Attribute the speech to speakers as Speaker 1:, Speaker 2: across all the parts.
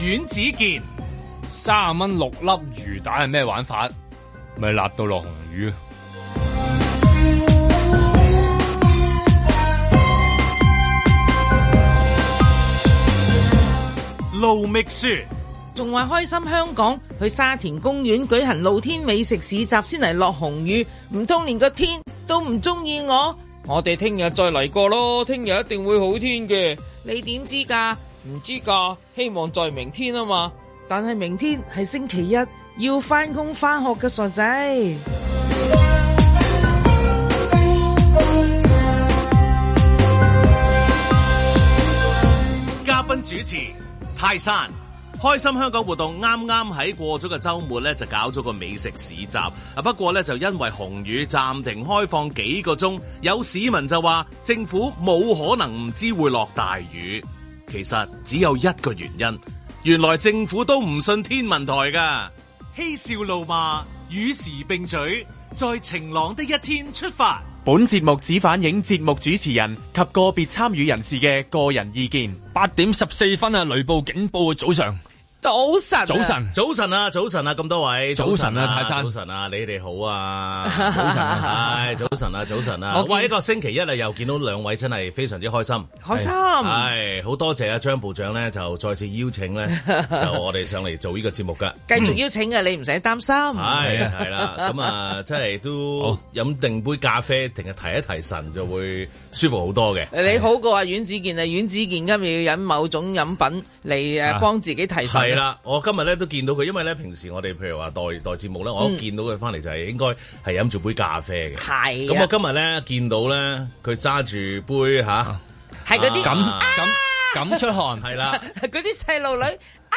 Speaker 1: 阮子健，
Speaker 2: 三十蚊六粒魚蛋係咩玩法？咪辣到落紅魚。
Speaker 1: 盧覓雪，
Speaker 3: 仲話開心香港去沙田公園舉行露天美食市集先嚟落紅雨，唔通連個天都唔中意我？我哋聽日再嚟過咯，聽日一定會好天嘅。你點知㗎？唔知㗎，希望在明天啊嘛。但係明天係星期一，要返工返學嘅傻仔。
Speaker 1: 嘉賓主持泰山。開心香港活動啱啱喺過咗個週末呢，就搞咗個美食市集。啊，不過呢，就因為紅雨暫停開放幾個鐘，有市民就話政府冇可能唔知會落大雨。其實只有一個原因，原來政府都唔信天文台㗎。嬉笑怒罵，與時並舉，在晴朗的一天出發。
Speaker 4: 本節目只反映節目主持人及個別參與人士嘅個人意見。
Speaker 2: 八點十四分啊，雷暴警報嘅早上，
Speaker 3: 早晨啊，
Speaker 2: 早晨。
Speaker 1: 早晨啊，早晨啊，咁多位
Speaker 2: 早晨啊泰山
Speaker 1: 早晨啊，你哋好啊，早晨啊，唉早晨啊，早晨啊，
Speaker 3: 我見
Speaker 1: 喂，一個星期一啊，又見到兩位真係非常之開心，
Speaker 3: 開心
Speaker 1: 係好多謝啊張部長咧，就再次邀請咧，就我哋上嚟做呢個節目噶，
Speaker 3: 繼續邀請嘅，你唔使擔心。
Speaker 1: 係係啦，咁啊，真係都
Speaker 2: 好
Speaker 1: 飲定杯咖啡，定係提一提神就會舒服好多嘅，
Speaker 3: 你好過啊，阮子健啊，阮子健今日要飲某種飲品嚟誒
Speaker 2: 啊
Speaker 3: 幫自己提神。
Speaker 1: 係，啦，我今日咧都見到佢，因為咧平時我哋譬如話代代節目咧，我一見到佢翻嚟就係應該係飲住杯咖啡嘅。
Speaker 3: 係
Speaker 1: 咁我
Speaker 3: 啊，
Speaker 1: 今日咧見到咧佢揸住杯
Speaker 3: 啊
Speaker 1: 吓，
Speaker 3: 係嗰
Speaker 2: 咁
Speaker 3: 啲
Speaker 1: 啊
Speaker 2: 咁咁出汗，
Speaker 1: 係啦，
Speaker 3: 嗰啲細路女啊，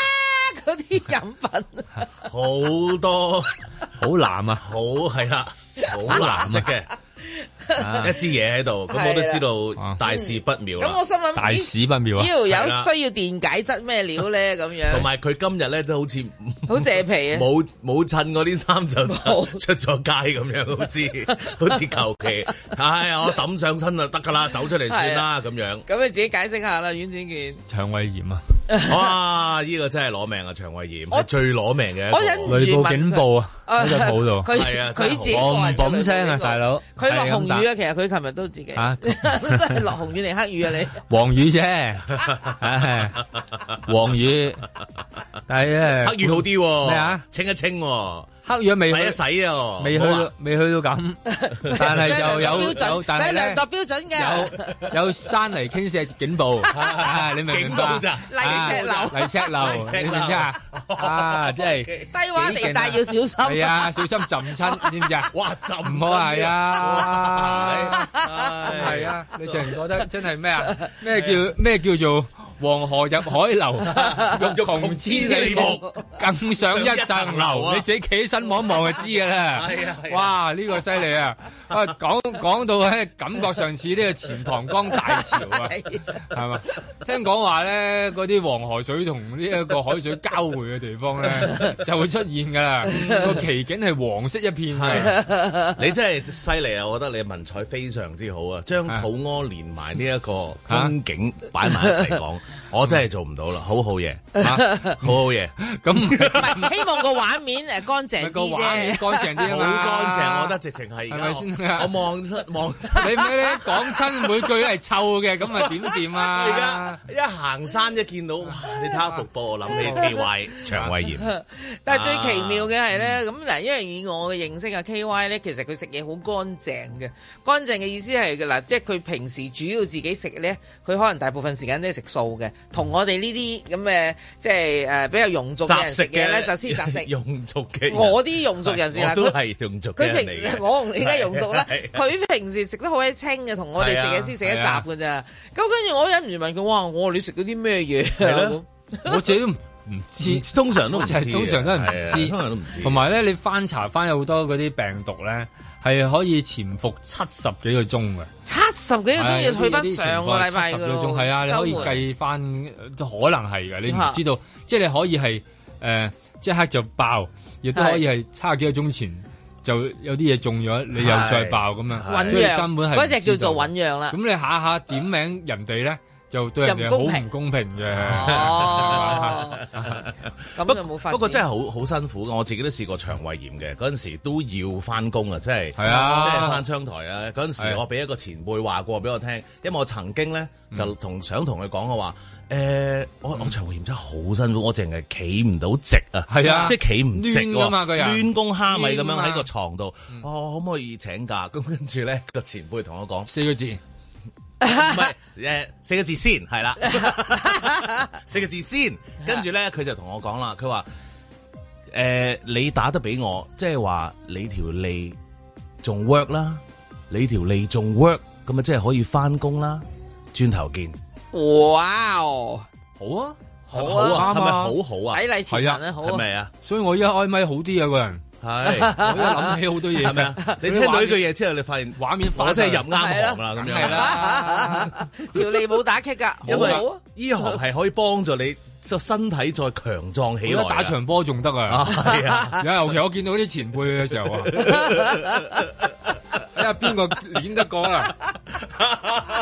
Speaker 3: 嗰啲飲 品
Speaker 1: 好多
Speaker 2: 好難啊！
Speaker 1: 好係啦，好
Speaker 3: 啊
Speaker 1: 藍色嘅一支嘢喺度，咁我都知道
Speaker 2: 啊
Speaker 1: 大事不妙
Speaker 3: 咁
Speaker 1: 啦
Speaker 3: 我。心諗
Speaker 2: 大
Speaker 3: 咦
Speaker 2: 屎不妙啊
Speaker 3: 呢！條友
Speaker 1: 係啦
Speaker 3: 需要電解質咩料 咧？咁
Speaker 1: 同
Speaker 3: 樣
Speaker 1: 埋佢今日咧都好似
Speaker 3: 好謝皮啊！
Speaker 1: 冇冇襯嗰啲衫就
Speaker 3: 冇
Speaker 1: 出咗街咁樣，好似好似求其，唉，我抌上身就得㗎啦，走出嚟算
Speaker 3: 啊
Speaker 1: 啦咁樣。
Speaker 3: 咁你自己解釋下啦，阮子健。
Speaker 2: 腸胃炎啊，
Speaker 1: 哇！呢個真係攞命啊，腸胃炎
Speaker 3: 我
Speaker 1: 係最攞命嘅一個。
Speaker 3: 我忍
Speaker 2: 雷暴警報啊喺個肚度，
Speaker 3: 哦佢
Speaker 1: 係啊真
Speaker 3: 佢
Speaker 1: 係好
Speaker 3: 自己個
Speaker 2: 我唔
Speaker 3: 人嘅
Speaker 2: 嘭聲啊
Speaker 3: 呢個
Speaker 2: 大佬
Speaker 3: 佢落
Speaker 2: 係
Speaker 3: 紅
Speaker 2: 咁打
Speaker 3: 雨啊，其實佢琴日都自己，
Speaker 2: 啊
Speaker 3: 都係落紅雨定黑雨啊你。
Speaker 2: 黃雨啫，唉黃雨，但係咧
Speaker 1: 黑雨好啲喎，
Speaker 2: 咩啊？
Speaker 1: 清一清喎，
Speaker 2: 黑雨未
Speaker 1: 洗
Speaker 2: 去
Speaker 1: 一洗喎，
Speaker 2: 未去
Speaker 1: 好
Speaker 2: 到
Speaker 1: 啊
Speaker 2: 未去到咁，但 係就有
Speaker 3: 標準
Speaker 2: 有，但係
Speaker 3: 量
Speaker 2: 咧
Speaker 3: 度標準嘅。
Speaker 2: 有有山泥傾瀉警報，啊你明唔明
Speaker 1: 警
Speaker 2: 白
Speaker 1: 報？咋？
Speaker 3: 泥石流
Speaker 2: 啊泥石流，你明唔明啊？ 啊，即係
Speaker 3: 低洼地帶要小心。
Speaker 2: 係 啊，小心浸親，知唔知啊？
Speaker 1: 哇！就
Speaker 2: 唔好係啊！
Speaker 1: 係
Speaker 2: 係啊，你突然覺得真係咩 啊？咩叫咩叫做黃河入 海流，欲窮千里目，更上一層樓。啊你自己企起身望一望就知㗎啦。
Speaker 1: 係啊係啊
Speaker 2: 哇！呢個犀利啊！啊，講講到咧，感覺上似呢個錢塘江大潮啊，係嘛？聽講話咧，嗰啲黃河水同呢一個海水交匯嘅地方咧，就會出現㗎啦。個奇景係黃色一片嘅。
Speaker 1: 你真係犀利啊！我覺得你文采非常之好啊，將肚屙連埋呢一個風景擺埋一齊 講，我真係做唔到啦！好好嘢，好好嘢，
Speaker 2: 咁唔係
Speaker 3: 唔係 希望個畫面誒乾淨
Speaker 2: 個
Speaker 3: 啲
Speaker 2: 畫面
Speaker 3: 啫。
Speaker 2: 乾淨
Speaker 1: 好
Speaker 2: 啲啊嘛，
Speaker 1: 乾淨，我覺得直情係而
Speaker 2: 係咪先
Speaker 1: 家
Speaker 2: 啊
Speaker 1: 我望出望出。
Speaker 2: 你咩咧講親每句都係臭嘅，咁咪點掂
Speaker 1: 而家
Speaker 2: 啊？
Speaker 1: 一行山一見到，哇！你睇下瀑布，我 諗起 K Y 腸胃炎，
Speaker 3: 但係最奇妙嘅係咧，咁嗱，因為以我嘅認識啊，K Y 咧，其實佢食嘢好乾淨嘅。乾淨嘅意思係嘅嗱，即係佢平時主要自己食咧，佢可能大部分時間都係食素嘅，同我哋呢啲咁嘅即係誒比較庸俗嘅人食嘢咧，就先雜 食。
Speaker 1: 用族嘅人
Speaker 3: 我啲庸俗人士啦，
Speaker 1: 我都
Speaker 3: 佢
Speaker 1: 係用族嘅
Speaker 3: 佢
Speaker 1: 人嚟
Speaker 3: 平
Speaker 1: 嘅。
Speaker 3: 我同你而家用族啦
Speaker 1: 係，
Speaker 3: 佢平時食得好鬼清嘅，同我哋食嘢先食一集嘅咋。咁跟住我忍唔住問佢：哇！我話你食咗啲咩嘢啊？
Speaker 1: 係
Speaker 3: 咁
Speaker 2: 我自己都唔知。
Speaker 1: 嗯啊通常都唔知嘅，
Speaker 2: 通常都唔知
Speaker 1: 係啊通常都唔知。
Speaker 2: 同埋咧，你翻查翻有好多嗰啲病毒咧，係可以潛伏七十幾個鐘嘅。 啊
Speaker 3: 七十幾個鐘要退翻上個禮拜
Speaker 2: 十
Speaker 3: 嘅
Speaker 2: 個
Speaker 3: 咯，
Speaker 2: 鐘係啊，你可以
Speaker 3: 周末
Speaker 2: 計翻，呃可能係嘅，你唔知道，即係你可以係誒、呃即刻就爆，亦都可以係差幾個鐘前就有啲嘢中咗，你又再爆咁樣，
Speaker 3: 醖
Speaker 2: 啊所以根本
Speaker 3: 釀，
Speaker 2: 係
Speaker 3: 嗰隻
Speaker 2: 唔知
Speaker 3: 叫做
Speaker 2: 道
Speaker 3: 醖釀啦
Speaker 2: 咁。你下下點名人哋咧，就對人 哋
Speaker 3: 就
Speaker 2: 好
Speaker 3: 唔公平
Speaker 2: 唔公平嘅。
Speaker 3: 哦，咁就冇法子。
Speaker 1: 不過真係好好辛苦嘅，我自己都試過腸胃炎嘅，嗰陣時都要翻工啊，即係
Speaker 2: 係啊
Speaker 1: 即係翻窗台啊！嗰陣時
Speaker 2: 係
Speaker 1: 我俾一個前輩話過俾我聽，因為我曾經咧
Speaker 2: 嗯
Speaker 1: 就同想同佢講我話。誒、我我腸胃炎真係好辛苦，我淨係企唔到直啊，
Speaker 2: 係啊
Speaker 1: 即係企唔直
Speaker 2: 攣㗎嘛個人
Speaker 1: 攣弓蝦米咁
Speaker 2: 攣㗎啊嗯
Speaker 1: 樣
Speaker 2: 嘛
Speaker 1: 喺個床度，哦，可唔可以請假？咁跟住咧個前輩同我講，
Speaker 2: 四個字，
Speaker 1: 唔係誒四個字先係 啦，四個字先，跟住咧佢就同我講啦，佢話誒你打得俾我，即係話你條脷仲 work 啦，你條脷仲 work，咁啊即係可以翻工啦，轉頭見，
Speaker 3: 哇哦，
Speaker 1: 好啊，
Speaker 3: 好啊
Speaker 1: 好啊，係咪
Speaker 2: 啱啊
Speaker 1: 好好啊
Speaker 3: 睇？禮前人啊，好
Speaker 1: 係
Speaker 3: 啊，
Speaker 1: 咪啊？
Speaker 2: 所以我依家開咪好啲啊個人，
Speaker 1: 係
Speaker 2: 我一諗起好多嘢
Speaker 1: 係咪 啊？你聽到呢句嘢之後，你發現
Speaker 2: 畫面
Speaker 1: 我
Speaker 2: 反
Speaker 1: 真係
Speaker 2: 入
Speaker 1: 入啱行啦，咁
Speaker 2: 係
Speaker 1: 樣。
Speaker 2: 啦，
Speaker 3: 條脷冇打棘㗎，
Speaker 1: 因
Speaker 3: 好
Speaker 1: 為
Speaker 3: 好啊。
Speaker 1: 醫學係可以幫助你個身體再強壯起
Speaker 2: 而
Speaker 1: 來啊
Speaker 2: 家
Speaker 1: 㗎。
Speaker 2: 打場波仲得啊
Speaker 1: 啊，！係啊。
Speaker 2: 尤其我見到啲前輩嘅時候啊，睇下邊個攣得過啊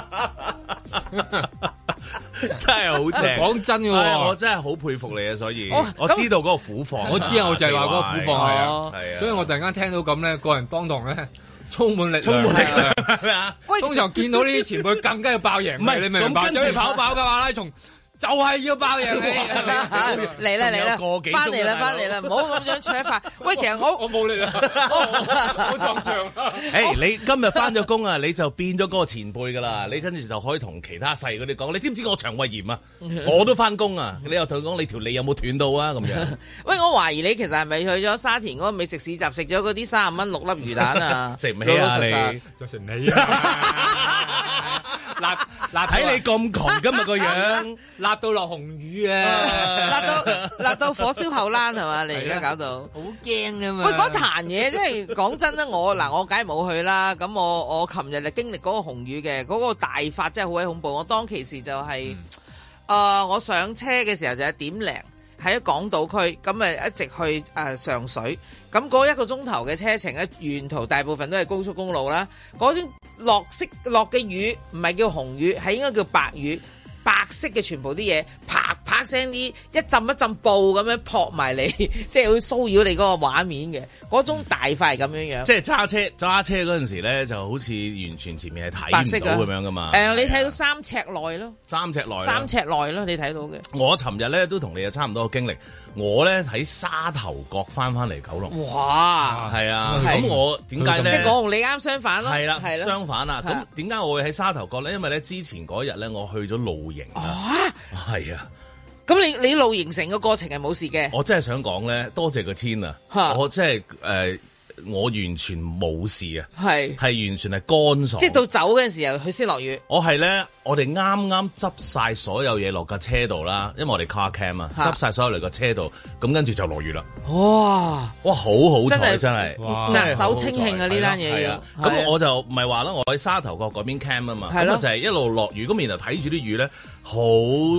Speaker 2: 啦。
Speaker 1: 真 係好正，
Speaker 2: 講真嘅喎
Speaker 1: 唉我真係好佩服你啊！所以
Speaker 3: 哦
Speaker 1: 我
Speaker 3: 咁
Speaker 1: 知道嗰個苦況，
Speaker 2: 我知啊，我就係話嗰個苦況係
Speaker 1: 哦係
Speaker 2: 啊，
Speaker 1: 啊
Speaker 2: 所以我突然間聽到咁咧，個人當堂咧充滿力量，
Speaker 1: 充滿力 量係咪 啊？
Speaker 3: 喂，
Speaker 2: 通常見到呢啲前輩更加要爆贏你，
Speaker 1: 唔係
Speaker 2: 你明唔明
Speaker 1: 咁
Speaker 2: 白？
Speaker 1: 跟住
Speaker 2: 走去跑跑嘅馬拉松就係要爆贏 你。
Speaker 3: 嚟啦嚟啦，
Speaker 1: 仲有個幾鐘啊
Speaker 3: 翻嚟啦
Speaker 1: 大佬
Speaker 3: 翻嚟啦，唔好咁樣扯 法。喂，其實我
Speaker 2: 我冇力啊，我我撞牆啊 啦。
Speaker 1: 誒，你今日翻咗工啊，你就變咗嗰個前輩噶啦，你跟住就可以同其他細嗰啲講，你知唔知我腸胃 炎啊？我都翻工啊，你又同佢講你條脷有冇斷到啊？咁 樣
Speaker 3: 喂，我懷疑你其實係咪去咗沙田嗰個美食市集食咗嗰啲三十蚊六粒魚蛋啊？
Speaker 1: 食唔起
Speaker 3: 老
Speaker 1: 啊
Speaker 3: 老實實
Speaker 1: 你？
Speaker 2: 就成你啊！辣辣
Speaker 1: 睇哎你咁窮今日 個
Speaker 2: 啊
Speaker 1: 樣，
Speaker 2: 辣到落紅雨啊！
Speaker 3: 辣到辣到火燒後欄係嘛？你而家搞到。
Speaker 2: 好驚噶嘛！
Speaker 3: 喂，嗰壇嘢真係講真啦，我嗱我梗係冇去啦。咁我我琴日就經歷嗰個紅雨嘅，嗰、個大法真係好鬼恐怖。我當其時就係、
Speaker 2: 嗯
Speaker 3: 啊我上車嘅時候就係點零，喺港島區，咁咪一直去誒、呃上水。咁嗰一個鐘頭嘅車程咧，沿途大部分都係高速公路啦。嗰種落色落嘅雨唔係叫紅雨，係應該叫白雨。白色嘅全部啲嘢，啪啪聲啲一浸一浸布咁樣撲埋你， 即係會騷擾你嗰個畫面嘅，嗰種大塊咁樣樣。
Speaker 1: 即係揸車揸車嗰陣時咧，就好似完全前面係
Speaker 3: 白
Speaker 1: 睇
Speaker 3: 色
Speaker 1: 唔到
Speaker 2: 啊
Speaker 3: 㗎
Speaker 1: 咁樣噶嘛。
Speaker 3: 誒、你睇
Speaker 1: 啊
Speaker 3: 到三尺內咯，
Speaker 1: 三尺內啦，
Speaker 3: 三尺內咯，你睇到嘅。
Speaker 1: 我尋日咧都同你有差唔多嘅經歷，我咧喺沙頭角翻翻嚟九龍，
Speaker 3: 哇！
Speaker 1: 係啊，
Speaker 2: 係
Speaker 1: 咁我點解
Speaker 3: 即
Speaker 1: 咧
Speaker 3: 嗯係？我同你啱相反咯，
Speaker 1: 係啦，
Speaker 3: 係咯。
Speaker 1: 相反啊，咁
Speaker 3: 嚇
Speaker 1: 點解我會喺沙頭角咧？因為咧之前嗰日咧，我去咗露營啊，
Speaker 3: 哦
Speaker 1: 係啊，
Speaker 3: 咁你你露營成個過程係冇事嘅，
Speaker 1: 我真係想講咧，多謝個天啊
Speaker 3: 嚇，
Speaker 1: 我真係誒，我完全冇事啊，
Speaker 3: 係
Speaker 1: 係完全係乾爽，
Speaker 3: 即係到走嘅時候佢先落雨。
Speaker 1: 我係咧，我哋啱啱執晒所有嘢落架車度啦，因為我哋 car cam 啊，
Speaker 3: 嚇
Speaker 1: 執晒所有嚟個車度，咁跟住就落雨啦。
Speaker 3: 哇！
Speaker 1: 哇，好好
Speaker 3: 真
Speaker 1: 彩，
Speaker 3: 係
Speaker 1: 真係
Speaker 2: 哇
Speaker 1: 真係
Speaker 3: 握手
Speaker 1: 好好彩
Speaker 3: 稱慶啊呢單嘢
Speaker 1: 係
Speaker 3: 要
Speaker 1: 啊係
Speaker 3: 係啊
Speaker 1: 啊咁我就唔係話啦，我喺沙頭角嗰邊 camp 啊嘛，
Speaker 3: 係
Speaker 1: 咁
Speaker 3: 咯
Speaker 1: 啊就係一路落雨，咁然後睇住啲雨咧好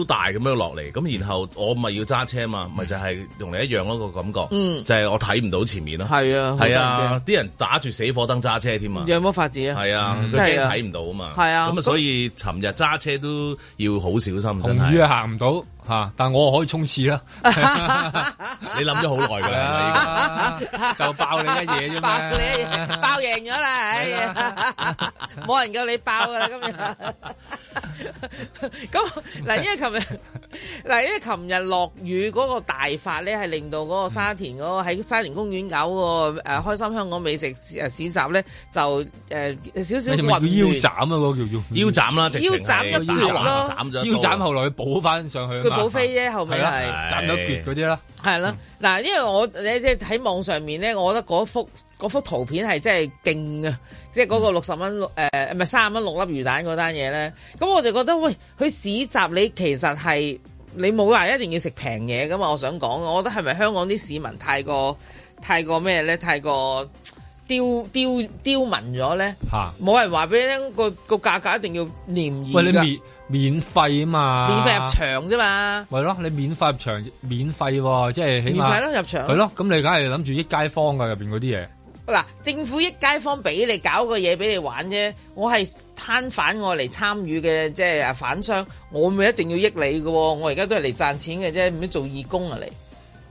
Speaker 1: 大咁樣落嚟，咁然後我咪要揸車嘛，咪就係同你一樣咯個感覺，
Speaker 3: 嗯
Speaker 1: 就係我睇唔到前面咯，
Speaker 3: 係啊
Speaker 1: 係啊，啲人打住死火燈揸車添啊。
Speaker 3: 有冇法子啊？
Speaker 1: 係啊，
Speaker 3: 真
Speaker 1: 佢驚
Speaker 3: 係啊
Speaker 1: 睇唔到啊嘛，
Speaker 3: 係啊
Speaker 1: 咁啊，
Speaker 3: 咁
Speaker 1: 所以尋日揸車都要好小心，真
Speaker 2: 紅雨
Speaker 1: 係。
Speaker 2: 啊行唔到嚇，但我可以衝刺啦，
Speaker 1: 你諗咗好耐㗎啦，係咪啊
Speaker 2: 啊就爆你一嘢啫
Speaker 3: 爆
Speaker 2: 嘛。
Speaker 3: 你爆贏咗啦，哎呀， 冇人夠你爆噶啦今日。咁嗱，因為琴日嗱，因為琴日落雨嗰個大法咧，係令到嗰個沙田嗰個喺沙田公園搞嗰個誒開心香港美食誒市集咧，就誒少少
Speaker 2: 你
Speaker 3: 混
Speaker 2: 咪叫腰
Speaker 3: 亂。
Speaker 2: 斬啊！嗰個叫做嗯
Speaker 1: 腰斬啦，直情
Speaker 3: 腰斬
Speaker 1: 係
Speaker 3: 一
Speaker 1: 打
Speaker 3: 橛
Speaker 1: 橫
Speaker 3: 咯
Speaker 1: 斬咗一
Speaker 2: 腰
Speaker 1: 刀啊
Speaker 2: 斬，後來佢補翻上去啊
Speaker 3: 佢
Speaker 2: 嘛
Speaker 3: 補飛啫，後尾
Speaker 2: 係啦
Speaker 3: 係。
Speaker 2: 斬咗橛嗰啲啦，
Speaker 3: 係啦，嗱，因為我你即係喺網上面咧，我覺得嗰幅嗰幅圖片係真係勁啊！即係嗰
Speaker 2: 嗯
Speaker 3: 個六十蚊誒，唔係三十蚊六粒魚蛋嗰單嘢咧，咁我就覺得喂，去市集你其實係你冇話一定要食平嘢噶嘛，我想講，我覺得係咪香港啲市民太過太過咩咧，太過刁刁刁民咗咧？
Speaker 2: 嚇。
Speaker 3: 冇人話俾你聽個個價格一定要廉宜
Speaker 2: 喂，你
Speaker 3: 㗎
Speaker 2: 免免費啊嘛，
Speaker 3: 免費入，場啫嘛，
Speaker 2: 咪咯，你免費入場，免費喎，即係起碼
Speaker 3: 免費咯入場
Speaker 2: 係。咯，咁你梗係諗住益街坊㗎入邊嗰啲嘢，
Speaker 3: 嗱，政府益街坊俾你搞個嘢俾你玩啫，我係攤販我嚟參與嘅，即係啊反商，我咪一定要益你嘅喎，我而家都係嚟賺錢嘅啫，唔知做義工啊你。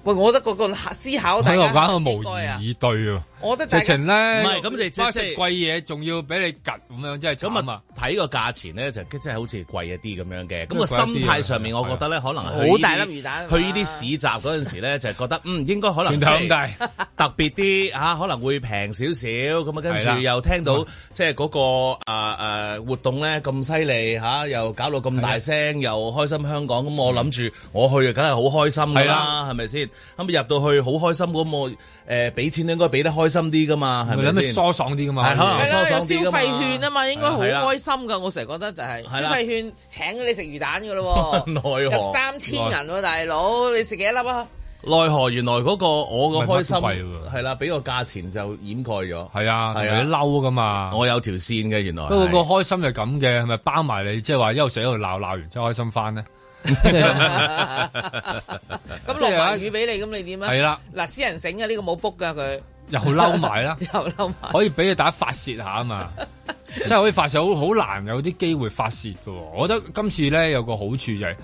Speaker 3: 喂，我覺得個個思考大
Speaker 2: 喺
Speaker 3: 家
Speaker 2: 度玩我
Speaker 3: 應該
Speaker 2: 無
Speaker 3: 啊
Speaker 2: 言以對喎。
Speaker 3: 我覺得大
Speaker 2: 直
Speaker 3: 家
Speaker 2: 情咧，唔
Speaker 1: 係咁你即
Speaker 2: 食
Speaker 1: 即
Speaker 2: 貴嘢，仲要俾你趌咁樣，真係
Speaker 1: 咁
Speaker 2: 慘
Speaker 1: 啊
Speaker 2: 啊！，
Speaker 1: 睇個價錢咧就即係好似貴一啲咁樣嘅。咁
Speaker 2: 都
Speaker 1: 個
Speaker 2: 係貴一啲啊
Speaker 1: 心態上面，我覺得咧可能去呢啲
Speaker 3: 好大粒魚蛋啊
Speaker 1: 去呢啲市集嗰陣時咧，就覺得嗯應該 可能
Speaker 2: 拳頭咁大，
Speaker 1: 特別啲嚇，可能會平少少，咁啊跟
Speaker 2: 係
Speaker 1: 住
Speaker 2: 啦
Speaker 1: 又聽到即係嗰個啊誒活動咧咁犀利嚇，又搞到咁大聲，又開心香港，咁我諗住我去啊，梗係好開心㗎
Speaker 2: 係
Speaker 1: 啦，係咪先？咁入到去好開心，咁我誒俾錢應該俾得開心啲㗎嘛，係
Speaker 2: 你諗
Speaker 1: 咪
Speaker 2: 咪
Speaker 1: 先？
Speaker 2: 疏爽啲噶嘛？
Speaker 1: 係可能
Speaker 3: 係啦，有消
Speaker 1: 爽啲㗎嘛
Speaker 3: 費券啊嘛，應該好
Speaker 1: 係啦
Speaker 3: 開心噶。我成日覺得就係
Speaker 1: 係
Speaker 3: 消
Speaker 1: 啦
Speaker 3: 費券請你食魚蛋噶咯
Speaker 1: 奈
Speaker 3: 喎，
Speaker 1: 何
Speaker 3: 有三千銀喎，大佬你食幾多粒 啊？
Speaker 1: 奈何原來嗰個我個開心
Speaker 2: 唔係乜都貴喎
Speaker 1: 係啦，俾個價錢就掩蓋咗。
Speaker 2: 係啊，同
Speaker 1: 係
Speaker 2: 埋
Speaker 1: 啊
Speaker 2: 你嬲噶嘛？
Speaker 1: 我有條線嘅原來係。
Speaker 2: 不過個開心就咁嘅，係咪包埋你即係話一路食一路鬧鬧完之後開 心翻咧？
Speaker 3: 咁落埋雨俾你，咁你點啊？
Speaker 2: 係啦，
Speaker 3: 嗱，私人醒嘅呢個冇 book 噶佢，
Speaker 2: 又嬲埋啦，
Speaker 3: 又嬲埋。
Speaker 2: 可以俾大家發泄下啊 嘛！即係可以發泄，好好難有啲機會發泄嘅喎。我覺得今次咧有個好處就係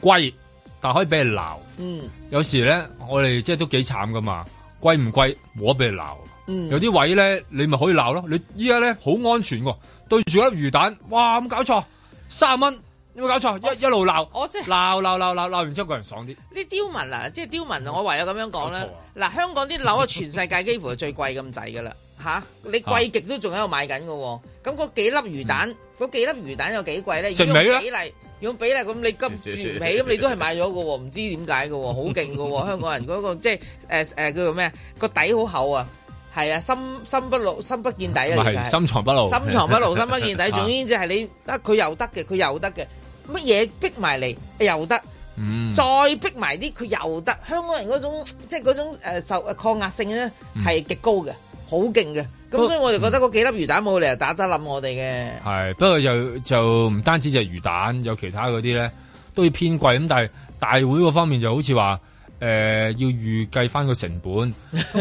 Speaker 2: 貴，但可以俾你鬧。
Speaker 3: 嗯，
Speaker 2: 有時咧，我哋即係都幾慘噶嘛，貴唔貴冇得俾你鬧。
Speaker 3: 嗯
Speaker 2: 有啲位咧，你咪可以鬧咯。你依家咧好安全喎，對住粒魚蛋，哇咁搞錯，三蚊有冇搞錯？一一路鬧，
Speaker 3: 我即係
Speaker 2: 鬧鬧鬧鬧鬧完之後個人爽啲。
Speaker 3: 啲刁民啊，即係刁民啊，我唯有咁樣講啦
Speaker 2: 冇錯啊。
Speaker 3: 嗱，香港啲樓啊，全世界幾乎係最貴咁滯噶啦，吓你貴極都仲喺度買緊噶喎。咁嗰幾粒魚蛋，嗰幾粒魚蛋有幾貴咧？
Speaker 2: 食
Speaker 3: 如果
Speaker 2: 尾
Speaker 3: 用
Speaker 2: 啦
Speaker 3: 比例，用比例咁 你今住唔起，咁你都係買咗噶喎，唔知點解噶喎，好勁噶 喎，香港人嗰個即係誒誒叫做咩啊？個底好厚啊，係啊，心心不露心不見底
Speaker 2: 唔
Speaker 3: 啊，其實
Speaker 2: 係
Speaker 3: 係
Speaker 2: 深藏不露，
Speaker 3: 深藏不露，深不見底。總之就係你啊，佢又得嘅，佢又得嘅，乜嘢逼埋嚟又得，
Speaker 2: 嗯
Speaker 3: 再逼埋啲佢又得。香港人嗰種即係嗰種誒受抗壓性咧係極高嘅，好勁嘅。咁
Speaker 2: 嗯不嗯
Speaker 3: 所以我就覺得嗰幾粒魚蛋冇理由打得冧我哋嘅。
Speaker 2: 係，不過就就唔單止就係魚蛋，有其他嗰啲咧都要偏貴咁，但係大會嗰方面就好似話誒要預計翻個成本。咁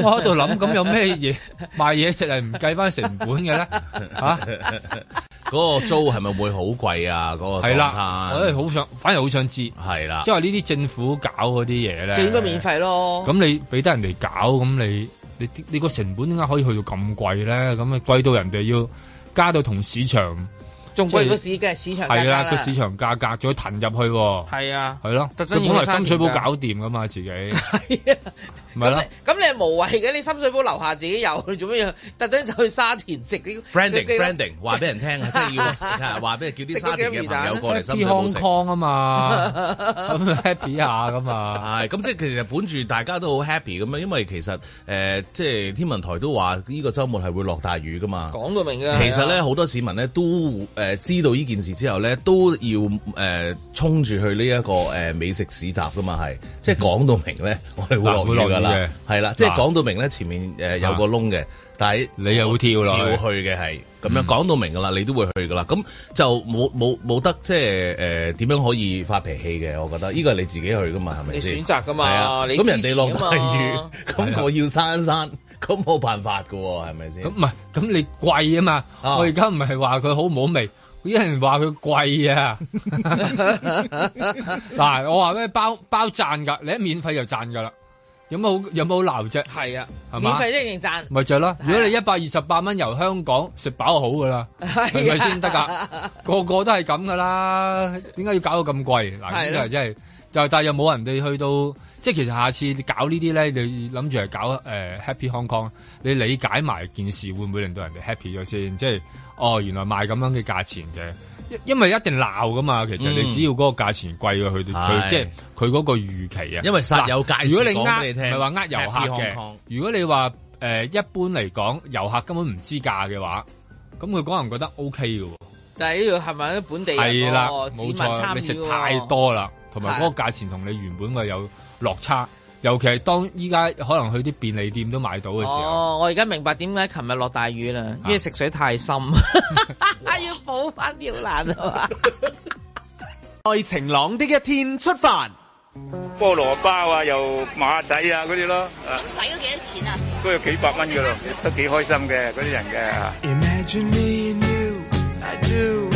Speaker 2: 我喺度諗，咁有咩嘢賣嘢食係唔計翻成本 嘅咧？嚇、
Speaker 1: 嗰個租係咪會好貴啊？嗰個
Speaker 2: 係啦，
Speaker 1: 檔攤
Speaker 2: 我哋好想，反而好想知，即
Speaker 1: 係啦，
Speaker 2: 係話呢啲政府搞嗰啲嘢咧，
Speaker 3: 就應該免。費咯。
Speaker 2: 咁你俾得人哋搞，咁你你啲你個成本點解可以去到咁貴咧？咁啊貴到人哋要加到同市場
Speaker 3: 仲貴過市嘅市場價
Speaker 2: 係
Speaker 3: 格
Speaker 2: 啦
Speaker 3: 啦
Speaker 2: 個。市場價格，仲要騰入去喎。
Speaker 3: 係啊，
Speaker 2: 係咯，
Speaker 3: 特
Speaker 2: 佢
Speaker 3: 登
Speaker 2: 本
Speaker 3: 要
Speaker 2: 來
Speaker 3: 去沙
Speaker 2: 深水埗
Speaker 3: 田㗎
Speaker 2: 搞掂噶嘛，自己
Speaker 3: 係啊。
Speaker 2: 咪啦，
Speaker 3: 咁你係無謂嘅，你深水埗樓下自己有，你做咩要特登就去沙田食呢個
Speaker 1: branding
Speaker 3: 你記得
Speaker 1: branding 話俾人聽 啊，即係要話俾叫啲沙田嘅朋友過嚟深
Speaker 2: happy
Speaker 1: 水埗
Speaker 2: Hong
Speaker 1: 食。
Speaker 2: Kong 啊嘛，咁 happy 下噶嘛，
Speaker 1: 係咁，即係其實本住大家都好 happy 咁樣，因為其實誒、呃即係天文台都話呢個週末係會落大雨噶嘛。
Speaker 3: 講到明㗎。
Speaker 1: 其實
Speaker 3: 係
Speaker 1: 咧，
Speaker 3: 啊，
Speaker 1: 好多市民咧都誒、呃知道呢件事之後咧，都要誒、呃衝住去呢、一個誒、呃美食市集噶嘛，係即係講到明咧，我哋會
Speaker 2: 嗱
Speaker 1: 落雨
Speaker 2: 會
Speaker 1: 噶
Speaker 2: 落雨
Speaker 1: 啦
Speaker 2: 嘅，
Speaker 1: 係啦，即係
Speaker 2: 嗱
Speaker 1: 講到明咧，前面誒、呃有個窿嘅，但係
Speaker 2: 你又會跳落
Speaker 1: 照
Speaker 2: 去
Speaker 1: 去嘅係咁樣講到明噶啦，你都會去噶啦，咁就冇冇冇得即係誒點樣可以發脾氣嘅？我覺得呢個係你自己去噶嘛，係咪
Speaker 3: 你
Speaker 1: 先？
Speaker 3: 選擇㗎
Speaker 1: 係
Speaker 3: 嘛，
Speaker 1: 啊，
Speaker 3: 你
Speaker 1: 咁人
Speaker 3: 支
Speaker 1: 哋
Speaker 3: 持
Speaker 1: 落
Speaker 3: 啊
Speaker 1: 大雨
Speaker 3: 嘛，
Speaker 1: 咁我要閂閂，咁冇辦法噶喎，係咪先？
Speaker 2: 咁唔係咁你貴啊嘛，
Speaker 1: 啊
Speaker 2: 我而家唔係話佢好唔好味，有人話佢 貴啊，嗱我話咩包包賺㗎，你一免費就賺㗎啦，有乜好有乜好鬧啫，
Speaker 3: 係啊，
Speaker 2: 係
Speaker 3: 免
Speaker 2: 嘛
Speaker 3: 費一定賺，
Speaker 2: 咪就係咯，
Speaker 3: 係啊
Speaker 2: 如果你一百二十八蚊由香港食飽就好噶啦。係咪先得㗎？個個都係咁噶啦，點解要搞到咁貴？嗱，
Speaker 3: 係
Speaker 2: 呢
Speaker 3: 啦
Speaker 2: 個係真係就但係又冇人哋去到，即係其實下次你搞呢啲咧，你諗住係搞誒、呃 Happy Hong Kong，你理解埋件事會唔會令到人哋 happy 咗先？即係哦，原來賣咁樣嘅價錢嘅。因因為一定鬧噶嘛，其實你
Speaker 1: 嗯
Speaker 2: 只要嗰個價錢貴過佢，佢
Speaker 1: 係
Speaker 2: 即係佢嗰個預期啊。
Speaker 1: 因為實有介
Speaker 2: 嗱
Speaker 1: 紹
Speaker 2: 如果你
Speaker 1: 講俾
Speaker 2: 呃
Speaker 1: 你
Speaker 2: 唔
Speaker 1: 聽
Speaker 2: 係話呃遊
Speaker 1: Happy
Speaker 2: 客
Speaker 1: Hong
Speaker 2: 嘅
Speaker 1: Kong，
Speaker 2: 如果你話誒、呃一般嚟講遊客根本唔知價嘅話，咁佢可能覺得 O K 嘅喎。
Speaker 3: 但係呢度係咪啲本地人
Speaker 2: 係啦，
Speaker 3: 喎市
Speaker 2: 冇
Speaker 3: 民
Speaker 2: 錯，
Speaker 3: 參
Speaker 2: 你
Speaker 3: 與
Speaker 2: 食
Speaker 3: 喎
Speaker 2: 太多啦，同埋
Speaker 3: 係
Speaker 2: 嗰個價錢同你原本嘅有落差，尤其係當依家可能去啲便利店都買到嘅時候，啊
Speaker 3: 哦，我而家明白點解琴日落大雨啦，因為食水太 深， 要補翻條欄啊嘛。
Speaker 4: 在晴朗的一天出發。
Speaker 5: 菠蘿包啊，又馬仔啊嗰啲咯，啊
Speaker 6: 咁使咗幾多錢啊？
Speaker 5: 都有幾百蚊噶咯，都幾開心嘅嗰啲人嘅啊。
Speaker 7: Imagine me and you, I do.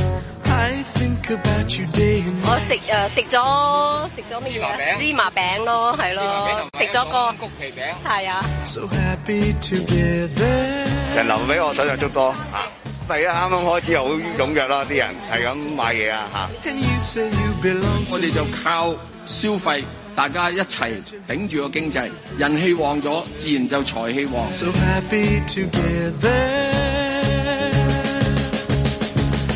Speaker 7: I think about you day and
Speaker 6: 我食
Speaker 8: 呃
Speaker 6: 誒食咗食咗乜嘢啊？芝麻餅咯，係咯，食咗個
Speaker 2: 曲奇餅。
Speaker 6: 係啊。
Speaker 7: so happy together.
Speaker 5: 人流比我想象中多啊！第一啱啱開始好踴躍啦，啲人係咁買嘢啊嚇。
Speaker 7: And you say you belong
Speaker 9: 我
Speaker 7: to
Speaker 9: 哋就靠消費，大家一齊頂住個經濟，人氣旺咗，自然就財氣旺。
Speaker 7: so happy together.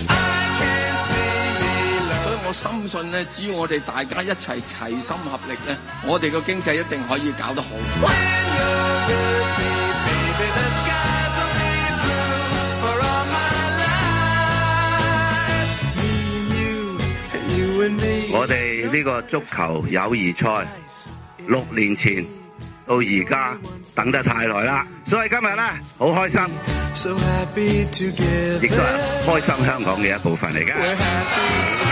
Speaker 7: I can see the
Speaker 9: 所以我深信咧，只要我哋大家一齊齊心合力咧，我哋個經濟一定可以搞得好。
Speaker 10: 我哋呢個足球友誼賽六年前到而家等得太耐啦，所以今日咧
Speaker 5: à.
Speaker 10: 好開心，
Speaker 7: So happy
Speaker 10: 亦都係
Speaker 7: together.
Speaker 10: 開心香港嘅一部分嚟嘅。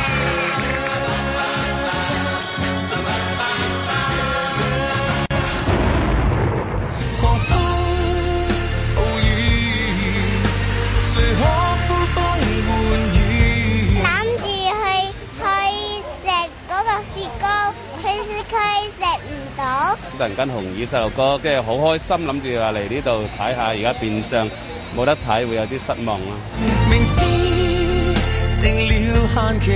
Speaker 7: 狂風暴雨，誰可呼風喚雨？
Speaker 11: 諗住去去食嗰個雪糕，佢佢食唔到。
Speaker 12: 突然間紅雨細路哥，跟住好開心，諗住話嚟呢度睇下，而家變相冇得睇，會有啲失望咯。
Speaker 7: 明知定了限期。